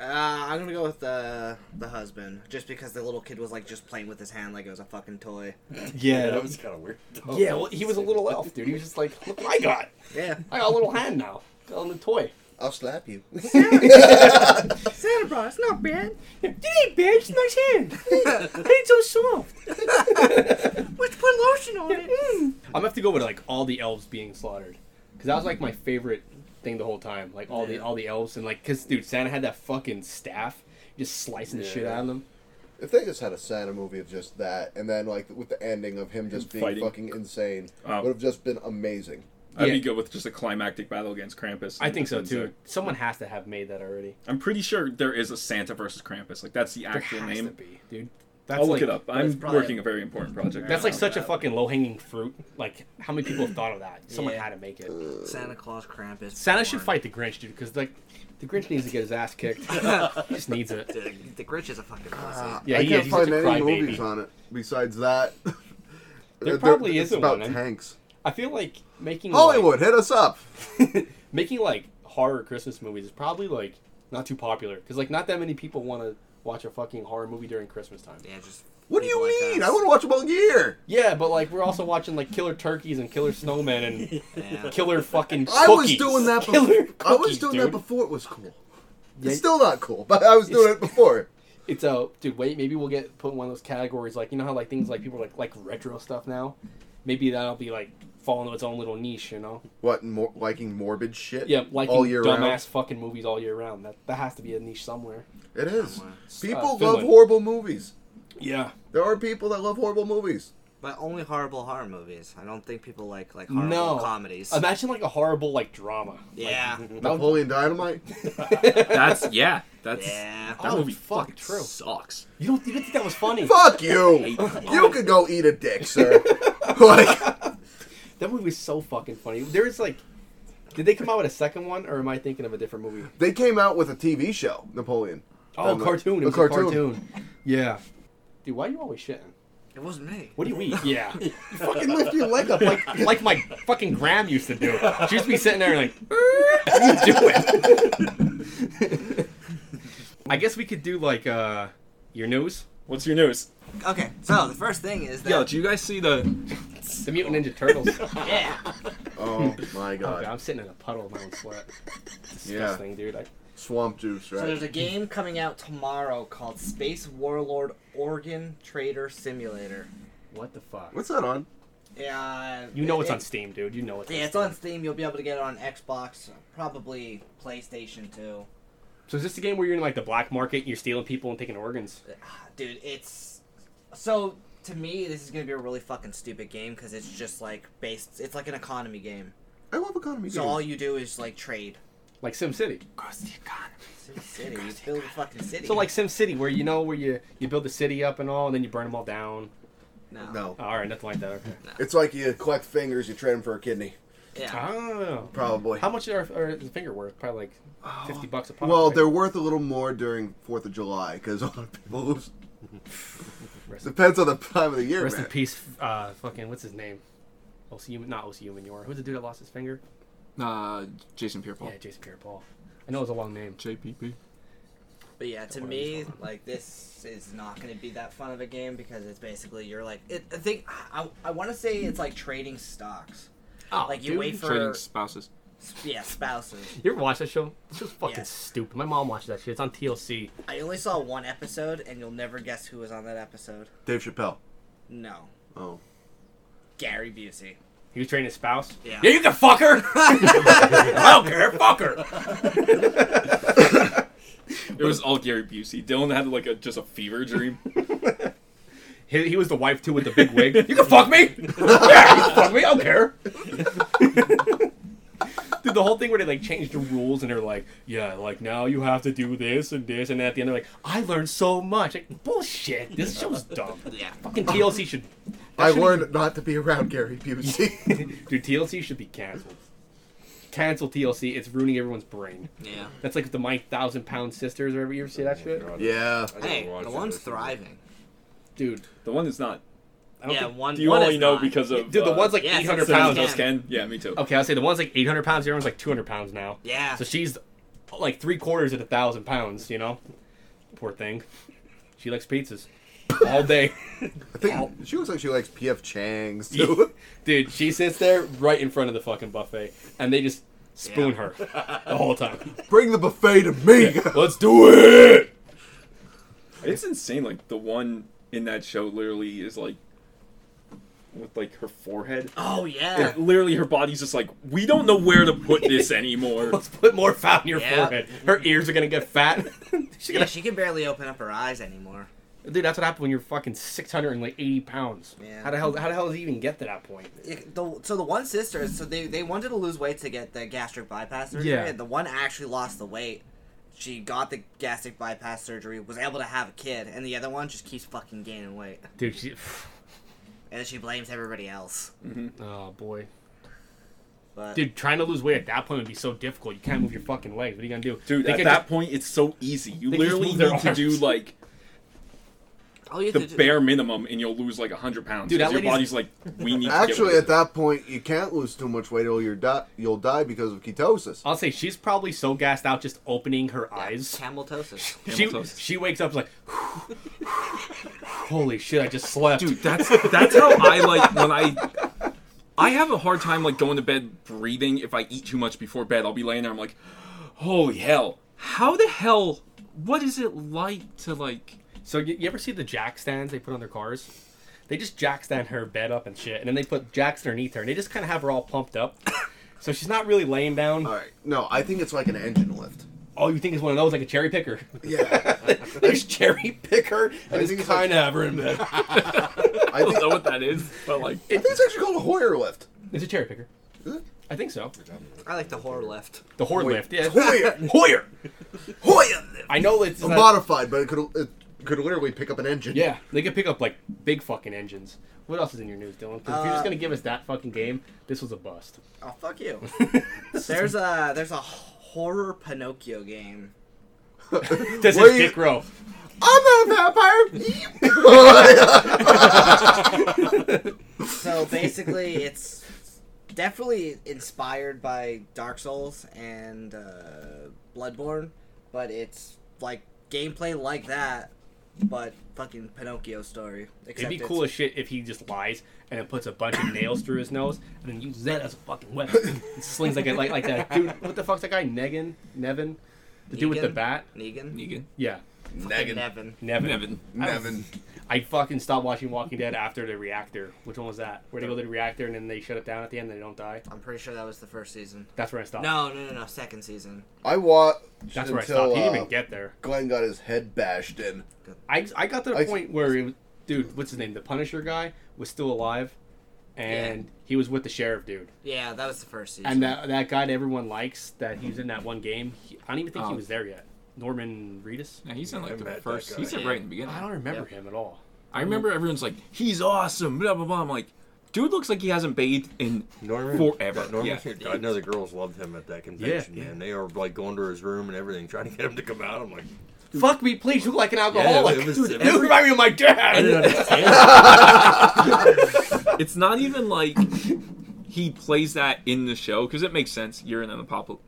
S1: Uh, I'm gonna go with the the husband, just because the little kid was like just playing with his hand like it was a fucking toy.
S4: Yeah,
S2: that was kind of weird.
S4: Yeah, well, he was a little elf, dude. He was just like, look what I got.
S1: Yeah,
S4: I got a little hand now. Got a new toy.
S3: I'll slap you.
S1: Santa Bros, not bad.
S4: Hey, bitch, nice hand. it's so soft.
S1: Let's put lotion on it.
S4: I'm gonna have to go with like all the elves being slaughtered, because that was like my favorite thing the whole time. Like all the all the elves and like, cause dude, Santa had that fucking staff, just slicing the shit
S2: Yeah.
S4: out of them.
S3: If they just had a Santa movie of just that, and then like with the ending of him just being
S5: Fighting.
S3: fucking insane,
S4: Um,
S5: Oh.
S3: would have just been amazing.
S5: I'd
S4: Yeah.
S5: be good with just a climactic battle against Krampus.
S4: I think so
S5: And
S4: too. Someone has to have made that already.
S5: I'm pretty sure there is a Santa versus Krampus. Like that's the
S4: There
S5: actual
S4: has to
S5: name.
S4: be, dude. That's
S5: I'll look
S4: like,
S5: it up. I'm
S1: probably-
S5: working a very important project.
S4: That's like
S5: right now.
S4: such a fucking low hanging fruit. Like, how many people have thought of that? Someone
S1: Yeah.
S4: had to make it.
S1: Santa Claus, Krampus.
S4: Santa should
S1: Bjorn.
S4: fight the Grinch, dude, because like, the Grinch needs to get his ass kicked. he just needs it.
S1: Dude, the Grinch is a fucking pussy.
S4: Yeah,
S3: I
S4: he
S3: can't
S4: is. He's such
S3: find
S4: a
S3: any
S4: crybaby.
S3: movies on it besides that. There,
S4: probably
S3: it's
S4: isn't
S3: about
S4: one.
S3: tanks.
S4: I feel like making like-
S3: Hollywood, hit us up.
S4: making like horror Christmas movies is probably like not too popular because like not that many people want to watch a fucking horror movie during Christmas time.
S1: Yeah, just.
S3: What do you
S1: people like
S3: mean?
S1: us.
S3: I want to watch them all year.
S4: Yeah, but like we're also watching like killer turkeys and killer snowmen and
S1: Yeah.
S4: killer fucking. Cookies.
S3: I was doing that. Before,
S4: Killer
S3: I was
S4: cookies,
S3: doing
S4: dude.
S3: that before it was cool.
S4: Yeah.
S3: It's still not cool, but I was doing it before.
S4: It's a dude. Wait, maybe we'll get put in one of those categories like you know how like things like people like like retro stuff now. Maybe that'll be like fall into its own little niche, you know?
S3: What more, liking morbid shit?
S4: Yeah, like
S3: all year
S4: dumbass
S3: round.
S4: fucking movies all year round. That that has to be a niche somewhere. uh,
S3: It is. People love
S4: Finland.
S3: horrible movies.
S4: Yeah.
S3: There are people that love horrible movies.
S1: But only horrible horror movies. I don't think people like like horrible
S4: No.
S1: comedies.
S4: Imagine like a horrible like drama. Like,
S1: yeah.
S3: Napoleon Dynamite.
S5: That's yeah. That's
S1: Yeah.
S5: that
S4: Oh,
S5: movie
S4: fuck,
S5: fucking
S4: true.
S5: sucks.
S4: You don't you didn't think that was funny?
S3: Fuck you. You could go eat a dick, sir. like
S4: That movie was so fucking funny. There is like, did they come out with a second one, or am I thinking of a different movie?
S3: they came out with a TV show, Napoleon.
S4: Oh,
S3: Um,
S4: cartoon. It
S3: a
S4: was a
S3: cartoon.
S4: cartoon. Yeah. Dude, why are you always shitting?
S1: It wasn't me.
S4: What do you eat? Yeah. You
S3: Fucking
S4: fucking
S3: lift your leg up like
S4: like, like my fucking gram used to do. She used to be sitting there like, "What are you doing?" I guess we could do like uh, your nose,
S5: What's your news?
S1: Okay, so the first thing is that
S5: Yo, do you guys see the?
S4: the Mutant Ninja Turtles.
S3: Oh my
S4: Oh,
S3: god.
S4: God, I'm sitting in a puddle of my own sweat.
S3: yeah.
S4: Disgusting, dude. I,
S3: Swamp juice,
S1: So there's
S3: right?
S1: a game coming out tomorrow called Space Warlord Organ Trader Simulator.
S4: what the fuck?
S3: What's that on?
S1: Yeah.
S4: You know it's on
S1: it-
S4: Steam, dude. You know it's.
S1: Yeah, it's on Steam. You'll be able to get it on Xbox, probably PlayStation 2.
S4: So is this the game where you're in like the black market, you're stealing people and taking organs?
S1: Dude, it's so to me this is gonna be a really fucking stupid game because it's just like based. It's like an economy game.
S3: I love economy
S1: So
S3: games.
S1: all you do is like trade.
S4: Like Sim City.
S1: Sim City, you build a fucking city.
S4: So like Sim City, where you know where you you build the city up and all, and then you burn them all down.
S1: no,
S3: No.
S4: Oh, all right, nothing like that. Okay.
S3: It's like you collect fingers, you trade them for a kidney.
S1: yeah.
S4: Oh.
S3: Probably.
S4: How much are, are the finger worth? Probably like fifty bucks a pop.
S3: Well,
S4: right?
S3: they're worth a little more during Fourth of July because a lot of people lose.
S4: Rest,
S3: Depends on the time of the year,
S4: rest in
S3: man.
S4: peace. Uh, fucking what's his name? Oseuman, not Oseuman Yor. Who's the dude that lost his finger?
S5: Uh, Jason Pierre-Paul.
S4: Yeah, Jason Pierre-Paul. I know it was a long name.
S5: JPP.
S1: But yeah, to
S4: Or
S1: me,
S4: whatever.
S1: like this is not going to be that fun of a game because it's basically you're like it, I think I, I want to say it's like trading stocks.
S4: Oh,
S1: Like you wait
S5: Trading
S1: for
S5: spouses.
S1: yeah spouses.
S4: You ever watch that show? It's just fucking
S1: Yes.
S4: stupid. My mom watches that shit. It's on TLC.
S1: I only saw one episode, and you'll never guess who was on that episode.
S3: Dave Chappelle.
S1: No,
S3: Oh.
S1: Gary Busey.
S4: He was training his spouse.
S1: Yeah.
S4: you can fuck her. I don't care. Fuck her.
S5: It was all Gary Busey. Dylan had like a just a fever dream.
S4: he, he was the wife too with the big wig. You can fuck me. Yeah, you can fuck me. I don't care. Dude, the whole thing where they like changed the rules and they're like, yeah, like now you have to do this and this and at the end they're like, I learned so much. Like, bullshit. This show's dumb.
S1: Yeah.
S4: Fucking TLC should.
S3: I
S4: should
S3: learned not to be around Gary Busey.
S4: Dude, TLC should be canceled. Cancel TLC. It's ruining everyone's brain.
S1: Yeah.
S4: That's like the My Thousand Pound Sisters or ever you ever see that shit?
S3: yeah.
S2: Oh I never
S1: Hey,
S2: watched
S1: the
S2: it.
S1: one's thriving.
S4: Dude,
S5: The one that's not.
S4: I don't
S1: yeah,
S4: think-
S1: one.
S5: Do you
S1: one
S5: only
S1: is
S5: know
S1: not.
S5: because of
S4: Dude, the
S5: uh,
S4: one's like
S1: Yes,
S4: 800
S1: it's
S5: Cinnamon
S4: pounds.
S1: Ken.
S5: Toast Ken. Yeah, me too.
S4: Okay, I'll say the one's like 800 pounds, the other one's like 200 pounds now.
S1: Yeah.
S4: So she's like three quarters of a thousand pounds, you know? Poor thing. She likes pizzas all day.
S3: I think she looks like she likes P.F. Chang's too.
S4: Dude, she sits there right in front of the fucking buffet and they just spoon
S1: Yeah.
S4: her the whole time.
S3: Bring the buffet to me.
S4: Let's do it!
S5: It's insane. Like the one in that show literally is like with like her forehead.
S1: Oh yeah.
S5: It, literally, her body's just like we don't know where to put this anymore.
S4: Let's put more fat on your
S1: Yeah.
S4: forehead. Her ears are gonna get fat. She's
S1: Yeah,
S4: gonna...
S1: she can barely open up her eyes anymore.
S4: Dude, that's what happened when you're fucking 680 pounds.
S1: Yeah.
S4: How the hell? How the hell does he even get to that point?
S1: It- the, so the one sister, so they they wanted to lose weight to get the gastric bypass surgery.
S4: Yeah.
S1: And the one actually lost the weight. She got the gastric bypass surgery, was able to have a kid, and the other one just keeps fucking gaining weight.
S4: Dude, she.
S1: And she blames everybody else.
S4: Oh boy.
S1: But
S4: Dude, trying to lose weight at that point would be so difficult. You can't move your fucking legs. What are you gonna do?
S5: Dude,
S4: They
S5: at
S4: could
S5: that
S4: ju-
S5: point, it's so easy. You
S4: They just
S5: literally
S4: move their
S5: need to do
S4: arms.
S5: like
S1: all you
S5: the
S1: have to do,
S5: bare minimum, and you'll lose like hundred pounds.
S4: Dude, that
S5: 'cause your
S4: lady's-
S5: body's like we need.
S3: Actually,
S5: to
S3: at that point, you can't lose too much weight or you're di- you'll die because of ketosis.
S4: I'll say she's probably so gassed out just opening her eyes.
S1: cameltosis.
S4: She
S5: Cameltosis.
S4: she wakes up like, holy shit, I just slept.
S5: dude that's that's how i like when i i have a hard time like going to bed breathing if i eat too much before bed i'll be laying there i'm like holy hell how the hell what is it like to like
S4: So you, you ever see the jack stands they put on their cars? They just jack stand her bed up and shit, and then they put jacks underneath her, and they just kind of have her all pumped up. so she's not really laying down.
S3: All right. No, I think it's like an engine lift.
S4: All you think is one of those, like a cherry picker.
S3: Yeah.
S4: they just cherry pick her
S3: I
S4: and
S3: think
S4: just
S3: it's like-
S4: kind of have her in bed.
S3: I
S5: i
S3: think,
S5: don't know what that is but like
S3: I think it's actually called a Hoyer lift.
S4: It's a cherry picker.
S3: Is it?
S4: I think so.
S1: I like the horror lift.
S4: The horde
S3: Wait,
S4: lift. Yeah.
S3: Hoyer.
S4: Hoyer.
S3: Hoyer lift.
S4: I know it's
S3: A
S4: not-
S3: modified, but it could it could literally pick up an engine.
S4: Yeah, they could pick up like big fucking engines. What else is in your news, Dylan? 'Cause if you're
S1: Uh,
S4: just gonna give us that fucking game, this was a bust.
S1: Oh fuck you. there's a there's a horror Pinocchio game.
S4: Does
S3: Where
S4: his
S3: you-
S4: dick grow?
S3: I'm not a vampire.
S1: So basically, it's definitely inspired by Dark Souls and uh, Bloodborne, but it's like gameplay like that, but fucking Pinocchio story.
S4: It'd
S1: Except
S4: be
S1: it's-
S4: cool as shit if he just lies and then puts a bunch of nails through his nose and then uses that as a fucking weapon. and slings like a, like like that dude. What the fuck's that guy? Negan? Nevin? The dude with the
S1: Negan?
S4: bat?
S1: Negan.
S5: negan
S4: Yeah,
S1: Fucking Nevin.
S4: Nevin.
S5: nevin
S3: Nevin.
S4: I fucking stopped watching Walking Dead after the reactor. Which one was that? Where they go to the reactor and then they shut it down at the end and they don't die.
S1: I'm pretty sure that was the first season.
S4: That's where I stopped.
S1: No, no, no, no. Second season.
S3: I watched
S4: That's where I
S3: until
S4: stopped. He didn't
S3: uh,
S4: even get there.
S3: Glenn got his head bashed in.
S4: I, I got to the
S3: I-
S4: point where it was, dude, what's his name? The Punisher guy was still alive, and he was with the sheriff dude.
S1: Yeah, that was the first season.
S4: And uh, that that guy that everyone likes that he was in that one game. He, I don't even think he
S5: Oh.
S4: was there yet. Norman Reedus.
S5: yeah, he's in
S2: I
S5: like
S2: met
S5: the
S2: that
S5: first.
S2: guy.
S5: He's in right in the beginning.
S4: I
S5: I,
S4: don't remember him at all.
S5: remember everyone's like, "He's awesome." Blah blah blah. I'm like, dude looks like he hasn't bathed in.
S2: Norman,
S5: Forever.
S2: that Norman
S5: Yeah.
S2: kid, I know the girls loved him at that convention,
S4: Yeah, yeah.
S2: man. They were like going to his room and everything, trying to get him to come out. I'm like,
S4: Fuck me, please. You look like an
S2: Yeah,
S4: alcoholic.
S2: it was, it was-
S4: you remind me of my
S2: I didn't
S4: dad.
S2: understand.
S5: it's not even like he plays that in the show because it makes sense. You're in an apop-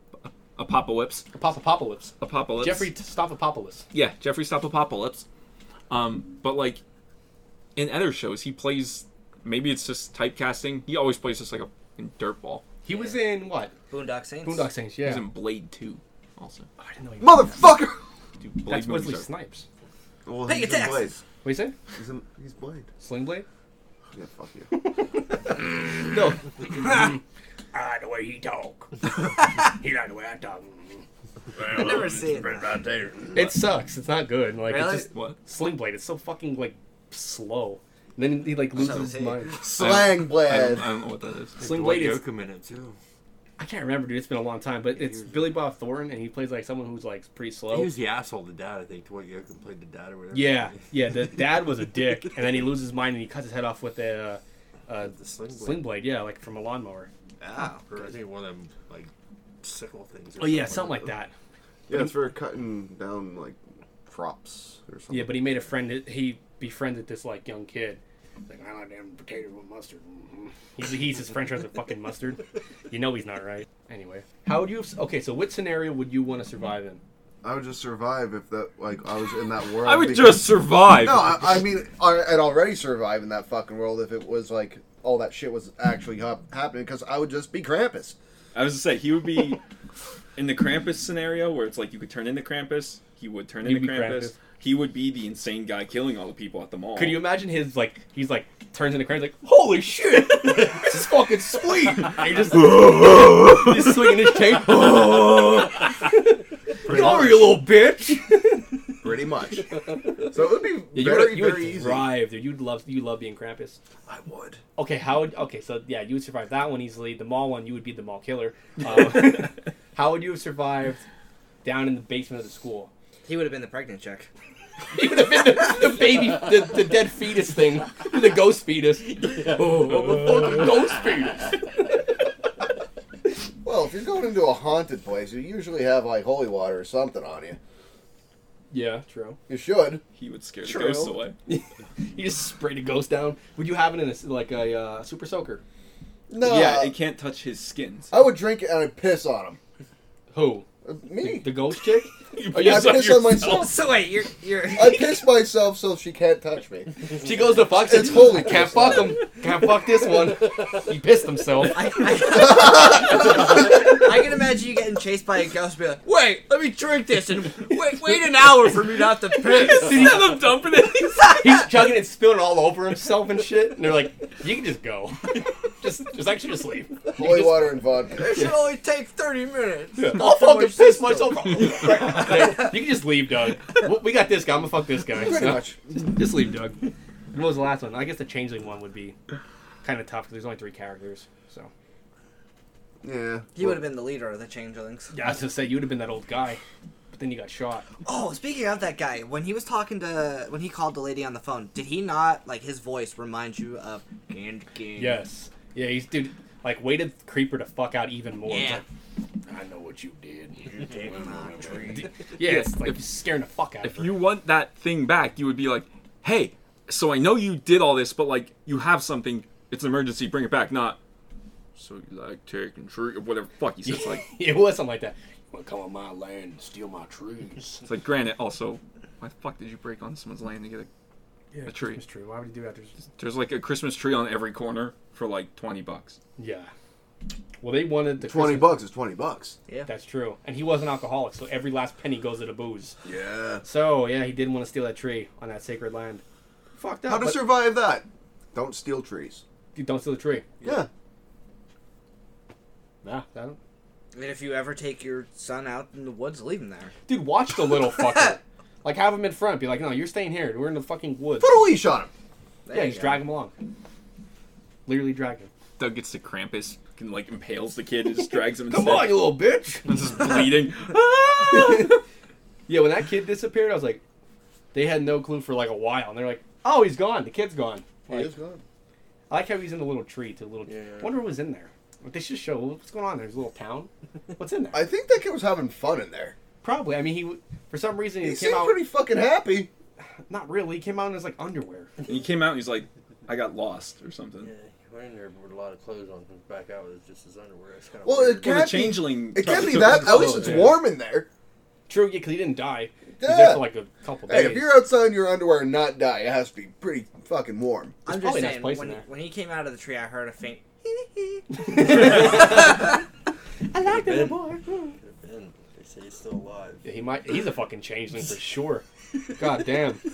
S5: apocalypse.
S4: Papapopolis.
S5: Apocalypse.
S4: Jeffrey Stoppapopolis.
S5: Yeah, Jeffrey Stop Apocalypse. Um, but like in other shows, he plays. Maybe it's just typecasting. He always plays just like a in dirtball.
S4: He was in what?
S1: Boondock Saints.
S4: Boondock Saints. Yeah.
S5: He's in Blade Two, also.
S4: Oh, I didn't know he was.
S3: Motherfucker!
S5: Dude, Blade
S4: That's
S5: movies
S4: Wesley
S5: are-
S4: Snipes.
S3: Well,
S1: Pay
S3: he's
S1: your
S3: in Blade.
S1: taxes.
S4: What do you say?
S3: He's, in, he's Blade.
S4: Sling Blade?
S3: Yeah, fuck you.
S4: No. I like the way he talk. he like the way I talk.
S2: I've
S1: never seen that.
S2: Right there.
S4: It sucks. It's not good. Like
S1: Really?
S4: it's just
S5: What?
S4: Sling Blade. It's so fucking like slow. And then he like
S1: So
S4: loses
S1: is
S4: his
S1: he.
S4: mind.
S3: Slang
S5: I
S3: Blade.
S5: don't, I don't know what that is.
S4: Sling
S2: Dwight
S4: Blade is.
S2: Yoakam in it too.
S4: I can't remember, dude. It's been a long time, but it's Billy Bob Thornton, and he plays like someone who's like pretty
S2: He
S4: slow.
S2: was the asshole to dad. I think Dwight Yoakam played the dad or whatever.
S4: Oh. Yeah, yeah. The dad was a dick, and then he loses his mind and he cuts his head off with a uh, uh,
S2: The sling blade.
S4: sling blade. Yeah, like from a lawnmower.
S1: Oh.
S2: Or I think one of them like sickle things. Or
S4: Oh yeah, something like that.
S3: Yeah, it's for cutting down like crops or something.
S4: Yeah, but he made a friend. that- He befriended this like young kid. He's Like I like them potato with mustard. Mhm." He's he eats his French fries with fucking mustard. You know he's not right. Anyway, how would you? Okay, so what scenario would you want to survive in?
S3: I would just survive if that like I was in that world.
S5: I would
S3: because-
S5: just survive.
S3: No, I, I mean, I- I'd already survive in that fucking world if it was like all that shit was actually hap- happening because I would just be Krampus.
S5: I was to say he would be in the Krampus scenario where it's like you could turn into Krampus. He would turn
S4: He'd
S5: into
S4: be
S5: Krampus.
S4: Krampus.
S5: He would be the insane guy killing all the people at the mall.
S4: Could you imagine his like? He's like turns into Krampus like, holy shit, this is fucking sweet. And he just he's swinging his chain. Get over you little bitch.
S3: Pretty much. so it would be
S4: Yeah, you
S3: very,
S4: would, you
S3: very
S4: would
S3: easy.
S4: thrive, dude. You'd love you love being Krampus.
S2: I would.
S4: Okay, how would okay? So yeah, you would survive that one easily. The mall one, you would be the mall killer. Um, how would you have survived down in the basement of the school?
S1: He would have been the pregnant chick.
S4: You would have been the, the baby, the, the dead fetus thing, the ghost fetus. Oh, I'm a fucking ghost fetus.
S3: Well, if you're going into a haunted place, you usually have like holy water or something on you.
S4: Yeah, true.
S3: You should.
S5: He would scare
S3: True.
S5: the ghosts away.
S4: You just sprayed a ghost down. Would you have it in a s- like a uh, super soaker?
S3: No. uh, Oh,
S5: yeah, it can't touch his skin.
S3: I would drink it and I'd piss on
S4: Who?
S3: him.
S4: The,
S3: Me.
S4: the ghost chick?
S5: You
S4: Oh, you
S3: I
S5: piss on
S3: piss on
S5: yourself.
S3: myself.
S1: So wait, you're you're
S3: I piss myself so she can't touch me.
S4: She goes to fuck.
S3: It's holy
S4: Can't
S3: piss.
S4: fuck him. Can't fuck this one. He pissed himself.
S1: I, I- I can imagine you getting chased by a ghost, and be like, "Wait, let me drink this, and wait, wait an hour for me not to piss."
S4: He's dumping it. He's chugging and spilling all over himself and shit. And they're like, "You can just go. just, just actually just leave. You can
S3: Holy
S4: just-
S3: water and vodka.
S1: It should only take thirty minutes.
S4: I'll fucking
S1: much
S4: piss
S1: system.
S4: myself. off." Like, you can just leave, Doug. We- We got this guy. I'm gonna fuck this guy.
S3: Pretty
S4: So,
S3: much.
S4: Just leave, Doug. And what was the last one? I guess the changeling one would be kind of tough because there's only three characters. So
S3: Yeah.
S1: He would have been the leader of the changelings.
S4: yeah, I was gonna say you would have been that old guy, but then you got shot.
S1: Oh, speaking of that guy, when he was talking to, when he called the lady on the phone, did he not like his voice remind you of Candy King?
S4: Yes. Yeah, he's dude. Like waited creeper to fuck out even more. It's
S1: Yeah.
S4: like, I know what you did.
S1: My tree.
S4: Yeah, it's like
S5: if-
S4: he's scaring the fuck out
S5: If
S4: of her.
S5: you want that thing back, you would be like, "Hey, so I know you did all this, but like, you have something. It's an emergency. Bring it back." Not. So you like taking tree or whatever. the Fuck, he says like
S4: it was something like that. You want to come on my land and steal my trees?
S5: it's like granite. Also, why the fuck did you break on someone's land to get a?
S4: Yeah,
S5: A tree.
S4: Christmas tree. Why would you do that? There's just...
S5: There's like a Christmas tree on every corner for like twenty bucks.
S4: Yeah. Well, they wanted the
S3: Twenty
S4: Christmas-
S3: bucks is twenty bucks.
S4: That's true. And he was an alcoholic, so every last penny goes to the booze.
S3: Yeah.
S4: So yeah, he didn't want to steal that tree on that sacred land. Fucked up.
S3: How to
S4: but-
S3: survive that? Don't steal trees.
S4: Dude, don't steal the tree.
S3: Yeah.
S4: Nah, I don't.
S1: And if you ever take your son out in the woods, leave him there.
S4: Dude, watch the little fucker. Like have him in front. Be like, no, you're staying here. We're in the fucking woods.
S3: Put a leash on him.
S1: There
S4: Yeah,
S1: you
S4: he's
S1: go.
S4: dragging him along. Literally dragging. him.
S5: Doug gets to Krampus and like impales the kid and just drags him.
S4: Come
S5: instead.
S4: on, you little bitch!
S5: and just bleeding.
S4: yeah, when that kid disappeared, I was like, they had no clue for like a while, and they're like, oh, he's gone. The kid's gone. Like,
S3: gone.
S4: I like how he's in the little tree, to the little.
S2: Yeah.
S4: Wonder what was in there. Like, they should show what's going on. There's a little town. What's in there?
S3: I think that kid was having fun in there.
S4: Probably. I mean, he w- for some reason he,
S3: He
S4: came
S3: seemed
S4: out.
S3: pretty fucking happy.
S4: Not really. He came out in his like underwear.
S5: And he came out and he's like, I got lost or something.
S2: Yeah, he went in there with a lot of clothes on, comes back out with just his underwear. That's kind of
S3: Well, it
S2: weird.
S5: Well, the
S3: can't be.
S5: changeling.
S3: It can't
S5: probably
S3: be
S5: took
S3: that.
S5: his
S3: At least it's
S5: clothes, yeah.
S3: warm in there.
S4: True. Yeah, 'cause he didn't die. He was
S3: Yeah.
S4: there for like a couple
S3: Hey,
S4: days.
S3: if you're outside in your underwear and not die, it has to be pretty fucking warm.
S1: I'm just
S4: probably a nice
S1: saying,
S4: place
S1: when,
S4: in
S1: he-
S4: there.
S1: when he came out of the tree, I heard a faint.
S4: I liked
S2: him
S4: more.
S3: Hmm.
S2: Could've been. They say he's still alive.
S4: Yeah, he might. He's a fucking changeling for sure. God damn.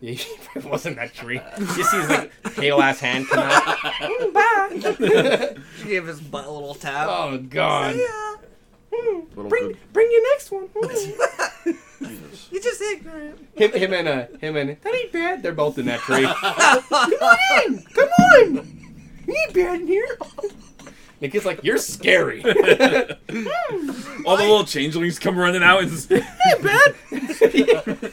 S4: He probably wasn't that tree. You see his like pale ass hand come out.
S1: She gave his butt a little tap.
S4: Oh god.
S3: Little
S4: Bring
S3: good-
S4: bring your next one.
S3: Jesus.
S1: You're just ignorant.
S4: him, him and uh, him and that ain't bad. They're both in that tree. come on in. Come on. You ain't bad in here. The kid's like, you're scary. Hmm.
S5: All the little changelings come running out and just,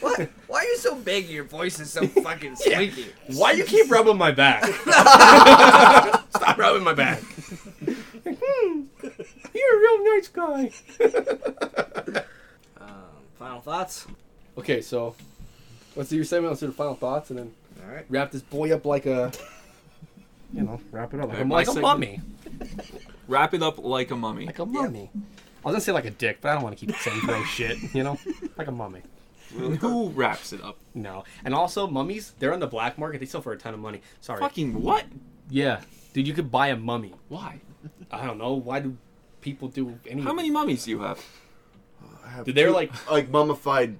S1: What? Why are you so big? Your voice is so fucking squeaky.
S4: Why you keep rubbing my back? Stop rubbing my back. Hmm, you're a real nice guy.
S1: Um, final thoughts.
S4: Okay, so let's do your segment. Let's do the final thoughts, and then
S1: All right.
S4: wrap this boy up like a, you know, wrap it up like,
S5: Alright,
S4: a,
S5: my
S4: like a
S5: segment.
S4: mummy,
S5: wrap it up like a mummy.
S4: like a mummy. I was gonna say like a dick, but I don't want to keep saying gross shit. You know, like a mummy.
S5: Who wraps it up?
S4: No, and also mummies, they're on the black market. They sell for a ton of money. Sorry.
S5: Fucking what?
S4: Yeah, dude, you could buy a mummy.
S5: Why?
S4: I don't know why do people do any.
S5: How many mummies do you have?
S3: I have
S4: Dude, they're
S3: two-
S4: like-
S3: like mummified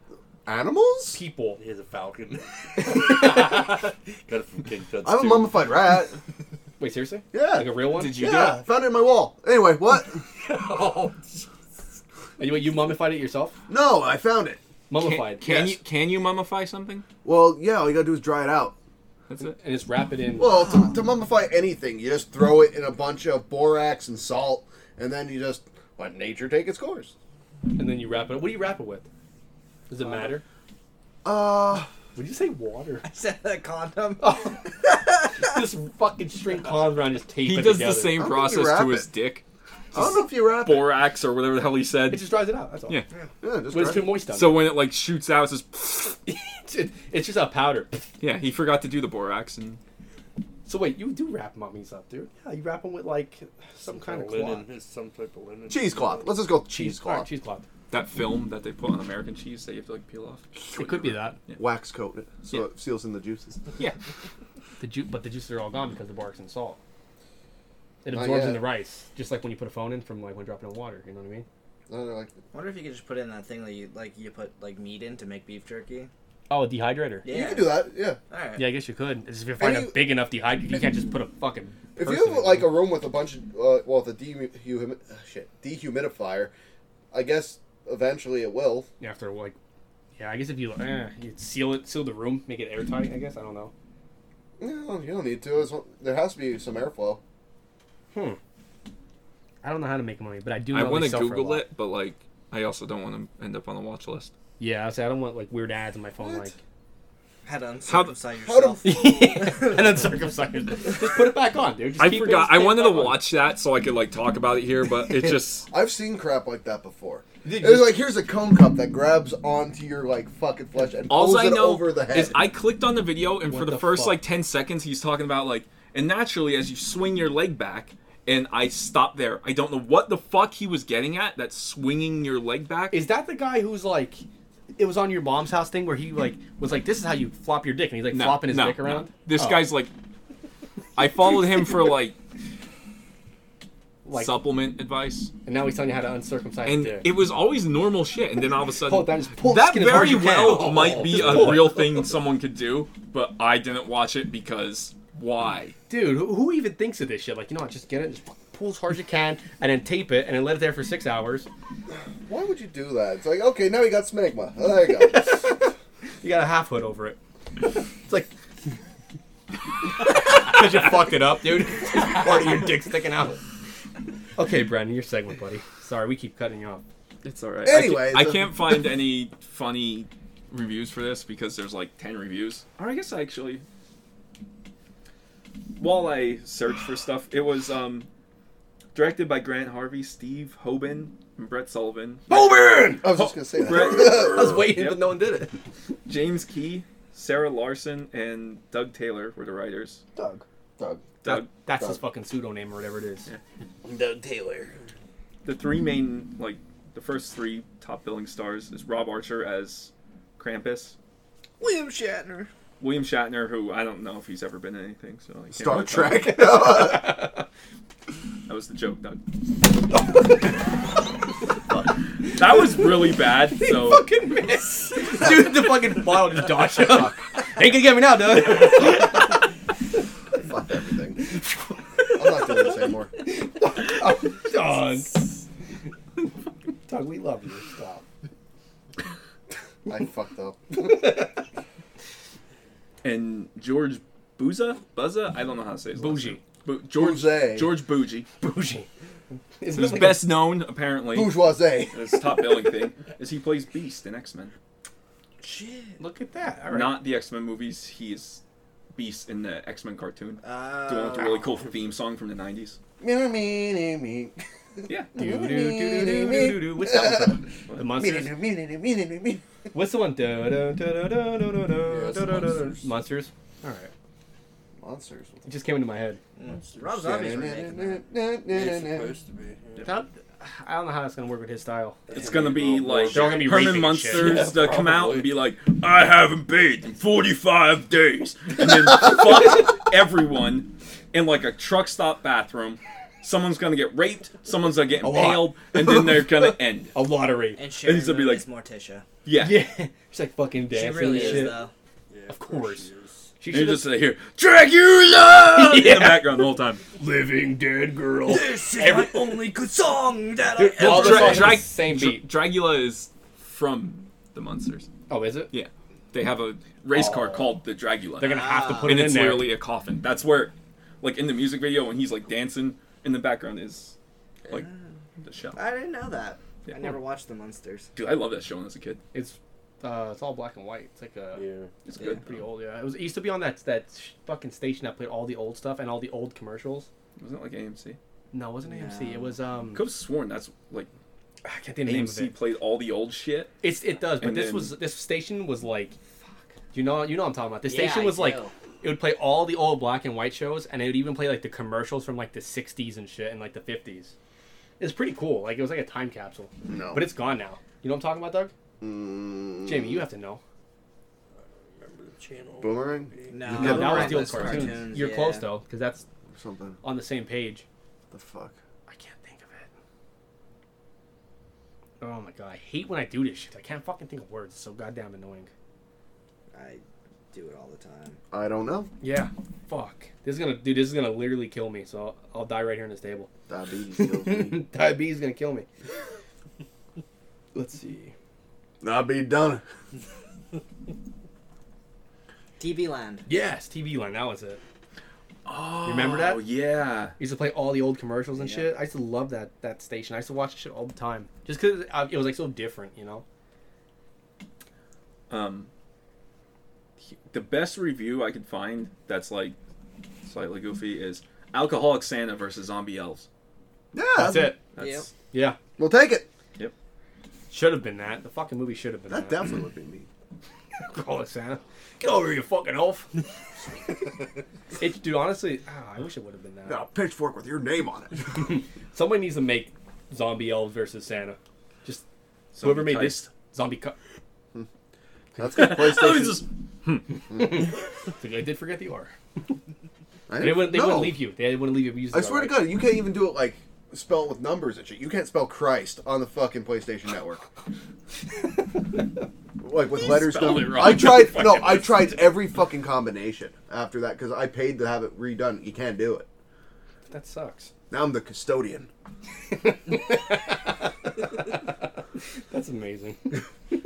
S3: animals?
S4: people?
S2: He has a falcon. Got it from King Tut's
S3: I have a
S2: too.
S3: mummified rat.
S4: Wait, seriously?
S3: Yeah.
S4: Like a real one?
S5: Did you
S3: yeah, found it in my wall. Anyway, what?
S2: Oh,
S4: And you, you mummified it yourself?
S3: No, I found it.
S5: do it?
S4: Mummified.
S5: Can, can
S4: yes.
S5: you can you mummify something?
S3: Well, yeah, all you gotta do is dry it out.
S5: That's it.
S4: And just wrap it in.
S3: Well, to, to mummify anything, you just throw it in a bunch of borax and salt, and then you just let nature take its course.
S4: and then you wrap it up. What do you wrap it with? Does it matter?
S3: Uh,
S4: Would you say water?
S1: Said the condom.
S4: this Oh. fucking string column around just tape
S5: He
S4: it
S5: does
S4: together.
S5: the same
S3: How can you
S5: process
S3: wrap
S5: to his
S3: it?
S5: dick.
S3: I don't know if you wrap it.
S5: Borax or whatever the hell he
S4: It
S5: said.
S4: just dries it out. That's all.
S5: Yeah.
S3: Yeah,
S4: But it's
S3: just dry
S4: too
S3: it.
S4: moist. Down
S5: So when it like shoots out, it's just
S4: there. It- it's just a powder.
S5: yeah. He forgot to do the borax and
S4: So wait, you do wrap mummies up, dude? Yeah, you wrap them with like some kind of
S2: linen.
S4: cloth.
S2: It's some type of linen.
S3: cheesecloth. Let's just go with
S4: All right,
S3: cheesecloth.
S4: cheesecloth.
S5: that film that they put on American cheese that you have to like peel off.
S4: It could be that.
S3: Wax coat it so
S5: Yeah.
S3: it seals in the juices.
S5: Yeah.
S4: The ju- but the juices are all gone because the bark's and salt. It
S3: Not
S4: absorbs
S3: yet.
S4: in the rice, just like when you put a phone in from like when dropping in water. You know what I mean?
S3: I don't know, like-
S1: wonder if you could just put in that thing that you like you put like meat in to make beef jerky.
S4: Oh, a dehydrator.
S1: Yeah.
S3: You can do that. Yeah.
S1: All right.
S4: Yeah, I guess you could. It's just if you find
S3: Any-
S4: a big enough dehydrator, you can't just put a fucking.
S3: If you
S4: person
S3: have
S4: in
S3: like
S4: there.
S3: a room with a bunch of uh, well, the dehumi- uh, shit dehumidifier, I guess eventually it will.
S4: after like, yeah, I guess if you eh, you seal it, seal the room, make it airtight. I guess I don't know.
S3: No, you don't need to. It's, there has to be some airflow.
S4: I don't know how to make money, but I do. Know
S5: I want
S4: they
S5: to
S4: sell for a
S5: Google
S4: lot.
S5: it, but like I also don't want to end up on the watch list.
S4: Yeah, I say I don't want like weird ads on my phone,
S3: What?
S1: How to
S5: How the-
S1: uncircumcise
S3: how the
S1: yourself.
S4: like and then circumcised. just put it back on, dude. Just
S5: I
S4: keep it-
S5: forgot.
S4: just
S5: I
S4: keep it
S5: wanted to
S4: back on.
S5: watch that so I could like talk about it here, but it just
S3: I've seen crap like that before.
S4: Did
S3: It was
S4: you-
S3: like here's a cone cup that grabs onto your like fucking flesh and pulls
S5: all I
S3: it
S5: know
S3: over the head.
S5: is I clicked on the video and for
S4: What
S5: the,
S4: the
S5: first
S4: fuck?
S5: like ten seconds he's talking about like and naturally as you swing your leg back and I stopped there. I don't know what the fuck he was getting at. That swinging your leg back.
S4: Is that the guy who's like? It was on your mom's house thing where he like was like, "This is how you flop your dick," and he's like
S5: No,
S4: flopping his
S5: no,
S4: dick
S5: no.
S4: around.
S5: This
S4: Oh,
S5: guy's like, I followed him for like,
S4: like,
S5: supplement advice,
S4: and now he's telling you how to uncircumcise
S5: and
S4: dick.
S5: it was always normal shit, and then all of a sudden,
S4: Pull it down, just pull the
S5: that
S4: skin as hard
S5: very
S4: as you can.
S5: well might be
S4: Just
S5: a
S4: pull it.
S5: real thing someone could do, but I didn't watch it because why?
S4: Dude, who, who even thinks of this shit? Like, you know what? Just get it, just pull as hard as you can, and then tape it, and then let it there for six hours.
S3: Why would you do that? It's like okay, now you got smegma. Oh, there you go.
S4: You got a half hood over it. It's like. Because you fucked it up, dude. Part of your dick sticking out. Okay, Brandon, your segment, buddy. Sorry, we keep cutting you off.
S5: It's all right.
S3: Anyways,
S5: I
S3: uh,
S5: can't, I can't find any funny reviews for this because there's like ten reviews. Or I guess I actually, while I search for stuff, it was um, directed by Grant Harvey, Steve Hoban, and Brett Sullivan,
S4: Bowman!
S3: I was just gonna say that.
S5: Brett-
S4: I was waiting,
S5: Yep.
S4: but no one did it.
S5: James Key, Sarah Larson, and Doug Taylor were the writers.
S6: Doug.
S3: Doug.
S5: Doug,
S4: That's his fucking pseudonym or whatever it is.
S2: Doug Taylor.
S5: the three main like the first three top billing stars is Rob Archer as Krampus,
S1: William Shatner.
S5: William Shatner, who I don't know if he's ever been in anything. So I can't
S3: Star
S5: really
S3: Trek.
S5: That was the joke, Doug. that was really bad. So
S4: Fucking miss. Dude, the fucking bottle just dodged him. Ain't gonna get me now, Doug.
S3: Fuck everything. I'm not doing this anymore.
S4: Doug. Doug, we love you. Stop.
S3: I fucked up.
S5: and George Buza, Buzza, I don't know how to say his last
S4: Bougie.
S5: name. Bu- George
S3: Bouze.
S5: George Bougie,
S4: Bougie. It's
S5: who's best known apparently
S3: Bourgeoisie.
S5: as top billing thing is he plays Beast in X Men.
S1: Shit.
S4: Look at that. All right.
S5: Not the X Men movies. He is Beast in the X Men cartoon.
S1: Uh,
S5: the one with the really cool theme song from the '90s.
S3: Me, me, me, me.
S5: Yeah.
S4: Do, do, do, do, do, do, do. What's that one from? The
S3: Me, me,
S4: Monsters?
S3: me, me, me, me, me.
S4: What's the one? Do, do, do, do, do, do, do, do,
S3: it's
S4: do, do, do.
S3: Monsters.
S4: Monsters? Alright.
S3: Monsters.
S4: It just came into my head.
S1: Rob Zombie's remaking that.
S2: It's
S3: It's
S2: supposed to be. yeah.
S4: That- I don't know how that's gonna work with his style.
S5: It's gonna be like
S4: Oh, They're all gonna be
S5: Herman
S4: raping
S5: Munsters
S2: shit.
S5: to
S2: Yeah,
S5: come out
S2: probably.
S5: and be like, "I haven't bathed in 45 days," and then fuck everyone in like a truck stop bathroom. Someone's gonna get raped. Someone's gonna get
S4: lot.
S5: impaled, and then they're gonna end.
S4: A lottery.
S1: And Sharon
S5: he's gonna be
S1: Moon is Morticia.
S5: Yeah.
S4: Yeah. She's like fucking
S1: She
S4: dancing
S1: really
S4: and
S1: is,
S4: shit.
S1: though.
S2: Yeah,
S4: Of course.
S2: she is.
S4: She
S5: And you
S4: should
S5: just
S4: just
S5: sit here, Dracula in
S4: Yeah.
S5: the background the whole time.
S4: living dead girl.
S1: This is my only good song that I
S4: all
S1: ever
S4: the songs
S1: wrote.
S4: are the same
S5: Dra-
S4: beat.
S5: Dracula is from the Munsters.
S4: Oh, is it?
S5: Yeah, they have a race car called the Dracula.
S4: They're gonna have to put
S5: and
S4: it
S5: it's
S4: in there.
S5: literally a coffin. That's where, like in the music video, when he's like dancing in the background is like the show.
S1: I didn't know that.
S5: Yeah.
S1: I never watched The Monsters.
S5: Dude, I love that show when I was a kid.
S4: It's uh, it's all black and white. It's like a
S2: Yeah.
S5: It's
S1: Yeah.
S5: good.
S4: pretty old. Yeah, it was it used to be on that that sh- fucking station that played all the old stuff and all the old commercials.
S5: Wasn't it like AMC?
S4: No, it wasn't AMC. It was um.
S5: Could have sworn that's like
S4: I can't think of the name of
S5: AMC
S4: it.
S5: played all the old shit.
S4: It's it does, but
S5: And
S4: this
S5: then-
S4: was this station was like. You know, you know what I'm talking about. The
S1: Yeah,
S4: station
S1: I
S4: was like,
S1: do.
S4: it would play all the old black and white shows, and it would even play like the commercials from like the '60s and shit, and like the '50s. It's pretty cool. Like it was like a time capsule,
S3: No.
S4: but it's gone now. You know what I'm talking about, Doug?
S3: Mm,
S4: Jamie, you have to know.
S2: Remember the channel.
S3: Boomerang
S1: No,
S3: Yeah,
S4: No,
S3: but
S4: that was
S3: Boomerang
S4: the old
S3: was
S4: cartoons.
S1: cartoons,
S4: You're
S1: yeah.
S4: close though, because that's
S3: or something.
S4: on the same page.
S3: The fuck.
S4: I can't think of it. Oh my god, I hate when I do this shit. I can't fucking think of words. It's so goddamn annoying.
S1: I do it all the time.
S3: I don't know.
S4: Yeah. Fuck. This is gonna, dude. This is gonna literally kill me. So I'll, I'll die right here on this table.
S3: Diabetes kills me.
S4: Diabetes is gonna kill me. Let's see.
S3: I'll be done.
S1: TV Land.
S4: Yes, TV Land. That was it.
S5: Oh,
S4: Remember that?
S5: Yeah.
S4: I used to play all the old commercials and shit. I used to love that that station. I used to watch the shit all the time, just because it was like so different, you know.
S5: Um, he- the best review I could find that's like slightly goofy is Alcoholic Santa versus Zombie Elves.
S3: Yeah,
S4: That's it.
S5: That's
S1: Yep.
S4: Yeah,
S3: We'll take it.
S4: should have been that. The fucking movie should have been
S3: That
S4: that.
S3: definitely would be me.
S4: Call it Santa. Get over here, you fucking elf. it, dude, honestly, ah, I wish it would have been that.
S3: Got a pitchfork with your name on it.
S4: Somebody needs to make zombie elves versus Santa. Just whoever
S5: Zombie
S4: made this
S5: Heist.
S4: zombie cut.
S3: That's good.
S5: That was
S3: PlayStation.
S5: just-
S4: I did forget the R.
S3: I
S4: They wouldn't. They
S3: no.
S4: wouldn't leave you. They wouldn't leave you. if you used
S3: I
S4: the
S3: swear to
S4: right.
S3: God, you can't even do it like spell it with numbers and shit. You can't spell Christ on the fucking PlayStation Network. like with letters.
S5: spelled it
S3: number-
S5: wrong.
S3: I tried. no,
S5: Fucking
S3: I tried every fucking combination after that because I paid to have it redone. You can't do it.
S4: That sucks.
S3: Now I'm the custodian.
S4: That's amazing. I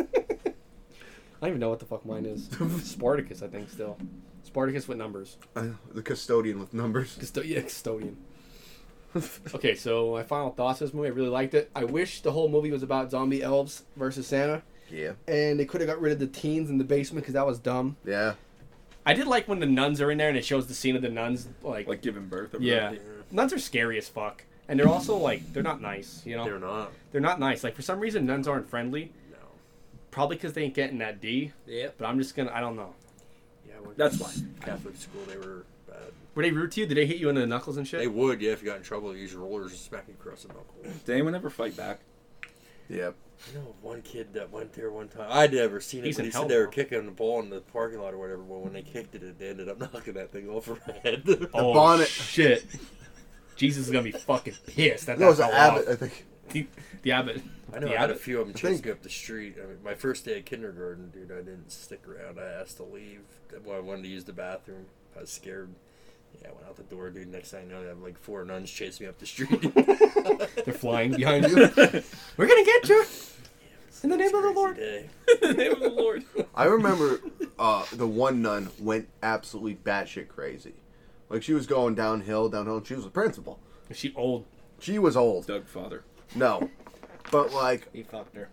S4: don't even know what the fuck mine is. Spartacus, I think. Still, Spartacus with numbers.
S3: Uh, the custodian with numbers.
S4: Custo- yeah, custodian. okay, so my final thoughts of this movie. I really liked it. I wish the whole movie was about zombie elves versus Santa,
S3: Yeah.
S4: and they could have got rid of the teens in the basement because that was dumb.
S3: Yeah.
S4: I did like when the nuns are in there and it shows the scene of the nuns like,
S5: like giving birth. or
S4: yeah.
S5: whatever.
S4: Nuns are scary as fuck. and they're also like they're not nice. You know,
S2: They're not.
S4: They're not nice. Like for some reason, nuns aren't friendly.
S2: No.
S4: Probably because they ain't getting that D.
S1: Yep.
S4: But I'm just gonna. I don't know.
S2: Yeah, I went
S5: That's
S2: to
S5: fine.
S2: Catholic school, they were bad.
S4: Were they rude to you? Did they hit you in the knuckles and shit?
S2: They would, yeah, if you got in trouble, use your rollers and smack you across the knuckle.
S5: Did anyone ever fight back?
S3: Yep.
S2: I know of one kid that went there one time. I'd never seen it,
S4: He's
S2: but
S4: in
S2: he
S4: hell
S2: said they were
S4: now. Mm-hmm.
S2: kicking the ball in the parking lot or whatever. But when they kicked it, they ended up knocking that thing off her head.
S4: oh
S3: bonnet.
S4: shit! Jesus is gonna be fucking pissed. That
S3: No, it was
S4: that
S3: an
S4: fell
S3: abbot, I
S4: off.
S3: think.
S4: The, the abbot.
S2: I know
S4: the
S2: I had a
S4: abbot.
S2: few of them
S3: think-
S2: chasing up the street. I mean, my first day of kindergarten, dude, I didn't stick around. I asked to leave. Well, I wanted to use the bathroom. I was scared. Yeah, I went out the door, dude. Next thing I know, I have like four nuns chasing me up the street.
S4: They're flying behind you. We're gonna get you. In the name of the Lord.
S2: Day.
S5: In the name of the Lord.
S3: I remember uh, the one nun went absolutely batshit crazy. Like she was going downhill, downhill. And she was the principal.
S4: Is she old?
S3: She was old.
S5: Doug father.
S3: No, but like
S1: He fucked her.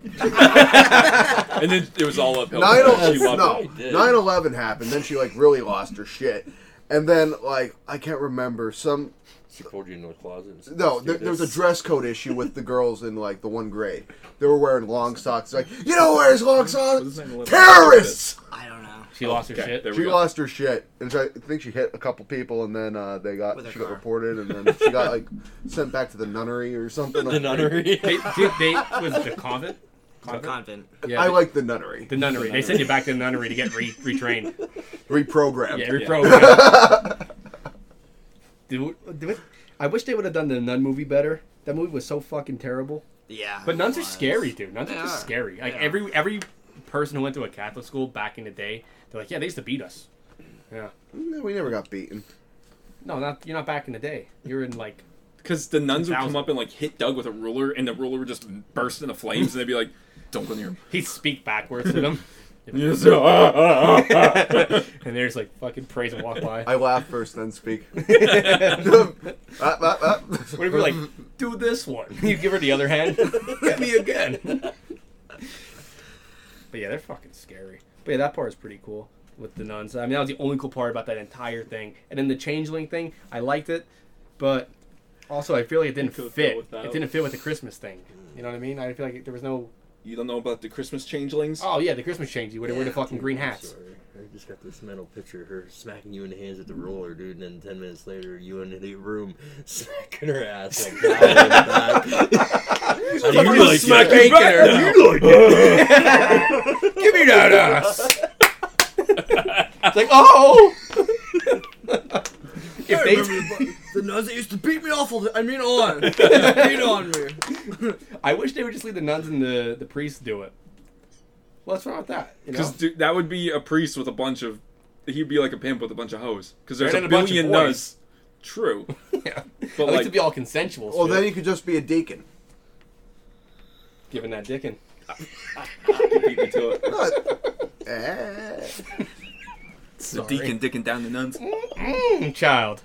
S5: And then it was all uphill.
S3: nine
S5: She
S3: eleven.
S5: wobbled.
S3: No,
S2: She did.
S3: nine eleven happened. Then she like really lost her shit. And then like I can't remember some
S2: She pulled you into the closet. And said,
S3: No,
S2: "Let's do
S3: there, there was a
S2: this."
S3: dress code issue with the girls in like the one grade. They were wearing long socks. Like, you know who wears long socks?
S5: What is 9/11?
S3: Terrorists.
S1: I don't know.
S4: She lost her
S5: Okay,
S4: shit.
S5: there we
S3: She
S5: go.
S3: lost her shit, and so I think she hit a couple people, and then uh, they got
S1: With her
S3: she got
S1: car.
S3: reported, and then she got like sent back to the nunnery or something.
S2: The nunnery.
S4: They, dude, they was it the convent.
S1: Convent. Convent.
S4: Yeah,
S3: I
S4: the-
S3: like the nunnery
S4: the nunnery. They sent you back to the nunnery to get re- retrained.
S3: reprogrammed.
S4: Yeah,
S5: Yeah.
S4: reprogrammed. Dude, dude, I wish they would have done the nun movie better. That movie was so fucking terrible.
S1: Yeah.
S4: But nuns are
S1: was.
S4: scary, dude. Nuns are
S1: They
S4: just
S1: are.
S4: scary. Like
S1: They are.
S4: every every person who went to a Catholic school back in the day, they're like, yeah, they used to beat us. Yeah.
S3: No, we never got beaten.
S4: No, not you're not back in the day. You're in like
S5: Because the nuns would come
S4: Thousand.
S5: up and like hit Doug with a ruler, and the ruler would just burst into flames, and they'd be like, "Don't go near him."
S4: he'd speak backwards to them,
S5: Yes, ah, ah, ah, ah.
S4: and there's like fucking praise and walk by.
S3: I laugh first, then speak. Ah, ah, ah.
S4: What if you're like, do this one? You give her the other hand. Hit me again. but yeah, they're fucking scary. But yeah, that part is pretty cool with the nuns. I mean, that was the only cool part about that entire thing. And then the changeling thing, I liked it, but also I feel like it didn't
S5: could've
S4: fit.
S5: gone without.
S4: It didn't fit with the Christmas thing. You know what I mean? I feel like there was no.
S5: You don't know about the Christmas changelings?
S4: Oh yeah, the Christmas change. You would have wear the
S1: Yeah.
S4: fucking green hats.
S2: Sorry. I just got this mental picture of her smacking you in the hands with the roller, dude, and then 10 minutes later, you in the room smacking her ass like that. in the back. How do you
S5: gonna
S2: like
S5: smack
S2: that?
S5: you back
S2: How do
S5: now.
S2: you like that?
S4: Give me that ass. it's like oh. if
S1: I
S4: they.
S1: remember the, the nuns that used to beat me awful. I mean, on. beat on me.
S4: I wish they would just leave the nuns and the, the priests do it. What's wrong with that? You
S5: Because
S4: know?
S5: that would be a priest with a bunch of. He'd be like a pimp with a bunch of hoes. Because there's
S4: And
S5: a
S4: a bunch of
S5: billion
S4: boys.
S5: nuns. True.
S4: yeah. But
S5: But
S4: like,
S5: like-
S4: to be all consensual.
S3: well,
S4: shit.
S3: then you could just be a deacon.
S4: giving that dickin.
S5: You beat me to it.
S3: Eh.
S5: The deacon dicking down the nuns.
S4: Mm, child.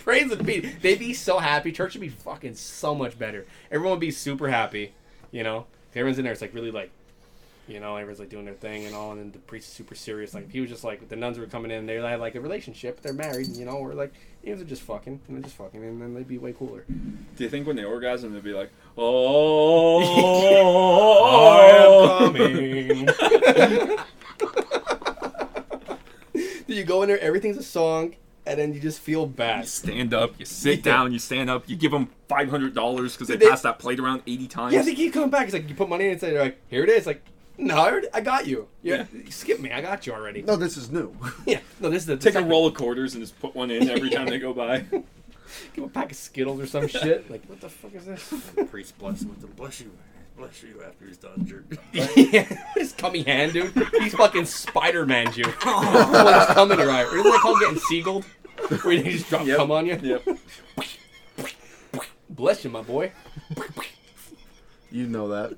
S4: Praise and be. They'd be so happy. Church would be fucking so much better. Everyone would be super happy. You know, everyone's in there. It's like really like, you know, everyone's like doing their thing and all. And then the priest is super serious. Like he was just like the nuns were coming in. and They had like a relationship. They're married. You know, we're like, you know, they're just fucking. And they're just fucking. And then they'd be way cooler.
S5: Do you think when they orgasm, they'd be like, oh,
S4: Do you go in there? Everything's a song, and then you just feel
S5: You
S4: bad.
S5: stand up, you sit down, you stand up, you give them $500 because they,
S4: They-
S5: passed that plate around 80 times.
S4: Yeah, they keep coming back. It's like you put money in, and they're like, "Here it is." Like, no, I, already, I got you. Yeah, skip me. I got you already.
S3: No, this is new.
S4: Yeah, no, this is the
S5: Take a
S4: second-
S5: roll of quarters and just put one in every time they go by.
S4: Give a pack of Skittles or some shit. Like, what the fuck is this?
S2: The priest bless him with the bless you. Bless you after he's done, jerk.
S4: yeah, what is cummy hand, dude? He's fucking Spider Man, you. Well, it's coming right. Or isn't that called getting seagulled? Where they just drop
S5: Yep.
S4: cum on you.
S5: Yep.
S4: Bless you, my boy.
S3: You know that.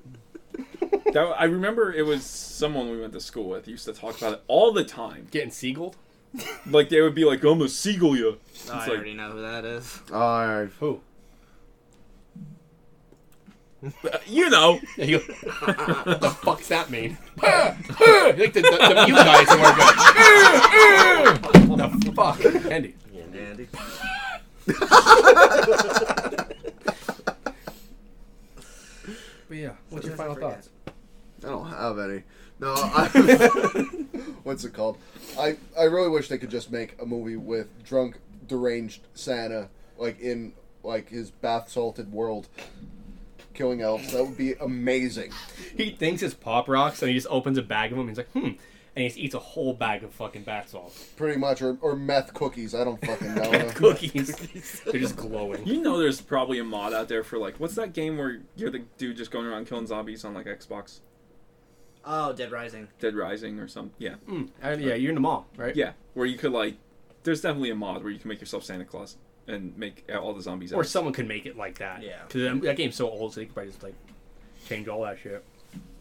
S5: That, I remember it was someone we went to school with used to talk about it all the time.
S4: Getting seagulled.
S5: Like they would be like, "I'm a seagull, you." It's
S1: I
S5: like,
S1: already know who that is.
S3: All right.
S4: Who?
S5: uh, you know,
S4: Yeah, you go, what the fuck's that mean? like the, the, the mute guys who are going, the fuck? Andy.
S2: Andy.
S4: But yeah, what's
S1: Sometimes I
S4: your final
S1: forget.
S4: thoughts?
S3: I don't have any. No, I, what's it called? I I really wish they could just make a movie with drunk, deranged Santa, like in like his bath salted world, killing elves. That would be amazing.
S4: He thinks it's Pop Rocks, and he just opens a bag of them. And he's like, hmm, and he just eats a whole bag of fucking bath salts,
S3: Pretty much, or, or meth cookies. I don't fucking know.
S4: cookies. They're just glowing.
S5: You know, there's probably a mod out there for like, what's that game where you're the dude just going around killing zombies on like Xbox
S1: Oh, Dead Rising.
S5: Dead Rising or something? Yeah,
S4: Mm, and yeah, you're in the mall, right?
S5: yeah, where you could like, there's definitely a mod where you can make yourself Santa Claus and make all the zombies.
S4: Or
S5: elves.
S4: someone could make it like that.
S1: Yeah.
S4: Because that game's so old, so they could probably just like change all that shit.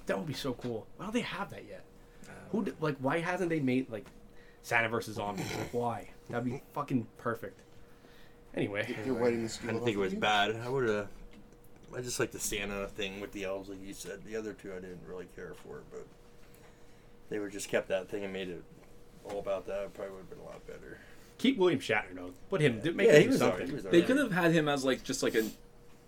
S4: That would be so cool. Why don't they have that yet? Who d- like? Why hasn't they made like Santa versus zombies? Like, why? That'd be fucking perfect. Anyway,
S3: You're waiting to steal it
S2: I didn't
S3: off
S2: think it was
S3: you.
S2: bad. I would have. I just like the Santa thing with the elves, like you said. The other two, I didn't really care for, but they were just kept that thing and made it all about that. It probably would have been a lot better.
S4: keep William Shatner though. Put him. do- Make
S2: Yeah,
S4: him
S2: he
S4: do
S2: was
S4: something.
S2: alright, he was
S5: They
S2: alright.
S5: could have had him as like just like a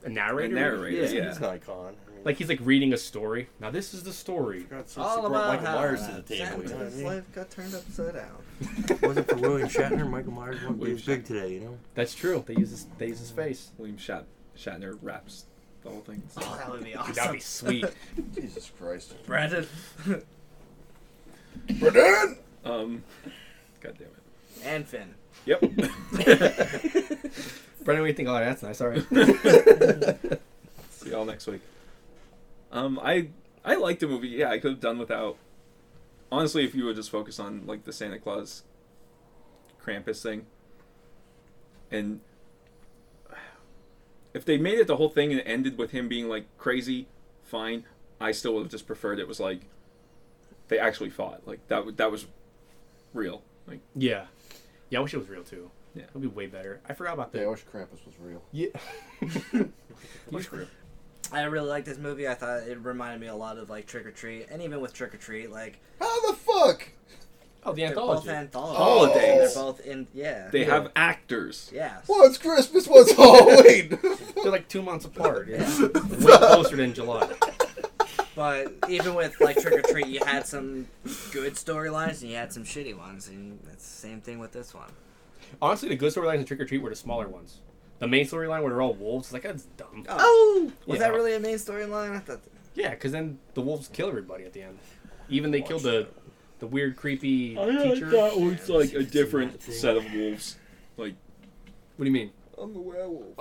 S4: A narrator.
S5: A narrator,
S4: Yeah.
S5: yeah.
S2: He's not a con. I mean,
S4: Like he's like reading a story. Now this is the story.
S2: God, so
S1: All
S2: brought
S1: about
S2: Michael
S1: how
S2: Myers to the
S1: uh,
S2: table. You know
S1: Santa's
S2: what
S1: life got turned upside down.
S2: I mean? Wasn't for William Shatner, Michael Myers wouldn't be
S5: William
S2: as big today. You know,
S4: That's true. They use his. They use his face.
S5: William Shat- Shatner raps the whole thing.
S1: Oh, that would be awesome.
S4: That'd be sweet.
S3: Jesus Christ,
S1: Brandon.
S3: Brennan!
S5: Um, God damn it.
S1: and Finn.
S5: Yep.
S4: Brendan, what do you think? Oh, that's nice. All right.
S5: See y'all next week. Um, I I liked the movie. Yeah, I could have done without. Honestly, if you would just focus on like the Santa Claus, Krampus thing, and if they made it the whole thing and it ended with him being like crazy, fine. I still would have just preferred it was like they actually fought. Like that. w- That was real. Like
S4: Yeah. Yeah, I wish it was real too.
S5: Yeah.
S4: It would be way better. I forgot about
S3: Yeah, I
S4: that.
S3: wish Krampus was real.
S4: Yeah.
S5: it was real.
S1: I really liked this movie. I thought it reminded me a lot of like Trick or Treat, and even with Trick or Treat, like
S3: How the fuck?
S4: Oh, the
S1: they're both
S4: anthology.
S1: anthologies.
S5: Holidays.
S1: They're both in. Yeah.
S5: They
S1: yeah.
S5: have actors.
S1: Yes.
S3: One's Christmas, one's Halloween.
S4: They're like two months apart. Yeah.
S1: Yeah.
S4: Way closer than July.
S1: But even with like Trick or Treat, you had some good storylines and you had some shitty ones, and that's the same thing with this one.
S4: Honestly, the good storylines in Trick or Treat were the smaller ones. The main storyline where they're all wolves, like that's dumb. Yeah, 'cause
S1: Oh, was
S4: Yeah.
S1: that really a main storyline? I thought.
S4: Yeah, because then the wolves kill everybody at the end. Even they kill the the weird, creepy teacher.
S5: was like a different set of wolves. Like
S4: What do you mean?
S3: I'm the werewolf.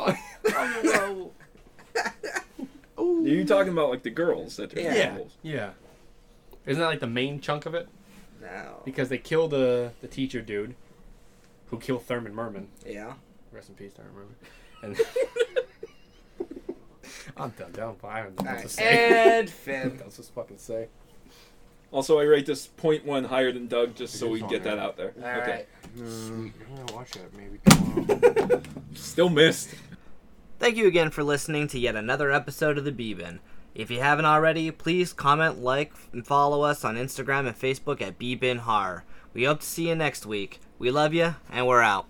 S5: Are you talking about like the girls that are
S1: Yeah.
S4: yeah.
S5: wolves?
S4: Yeah. Isn't that like the main chunk of it?
S1: No.
S4: Because they kill the the teacher dude, who killed Thurman Merman.
S1: Yeah.
S4: Rest in peace, Thurman Merman. And I'm done. Don't buy. I don't know what to
S1: Alright.
S4: say.
S2: Eh.
S1: And Finn.
S4: What else to fucking say?
S5: Also, I rate this 0.1 higher than Doug just so we get that out there.
S1: All right.
S2: I'm gonna watch that maybe tomorrow.
S5: Still missed.
S6: Thank you again for listening to yet another episode of The Beebin. If you haven't already, please comment, like, and follow us on Instagram and Facebook at Beebin Horror. We hope to see you next week. We love you, and we're out.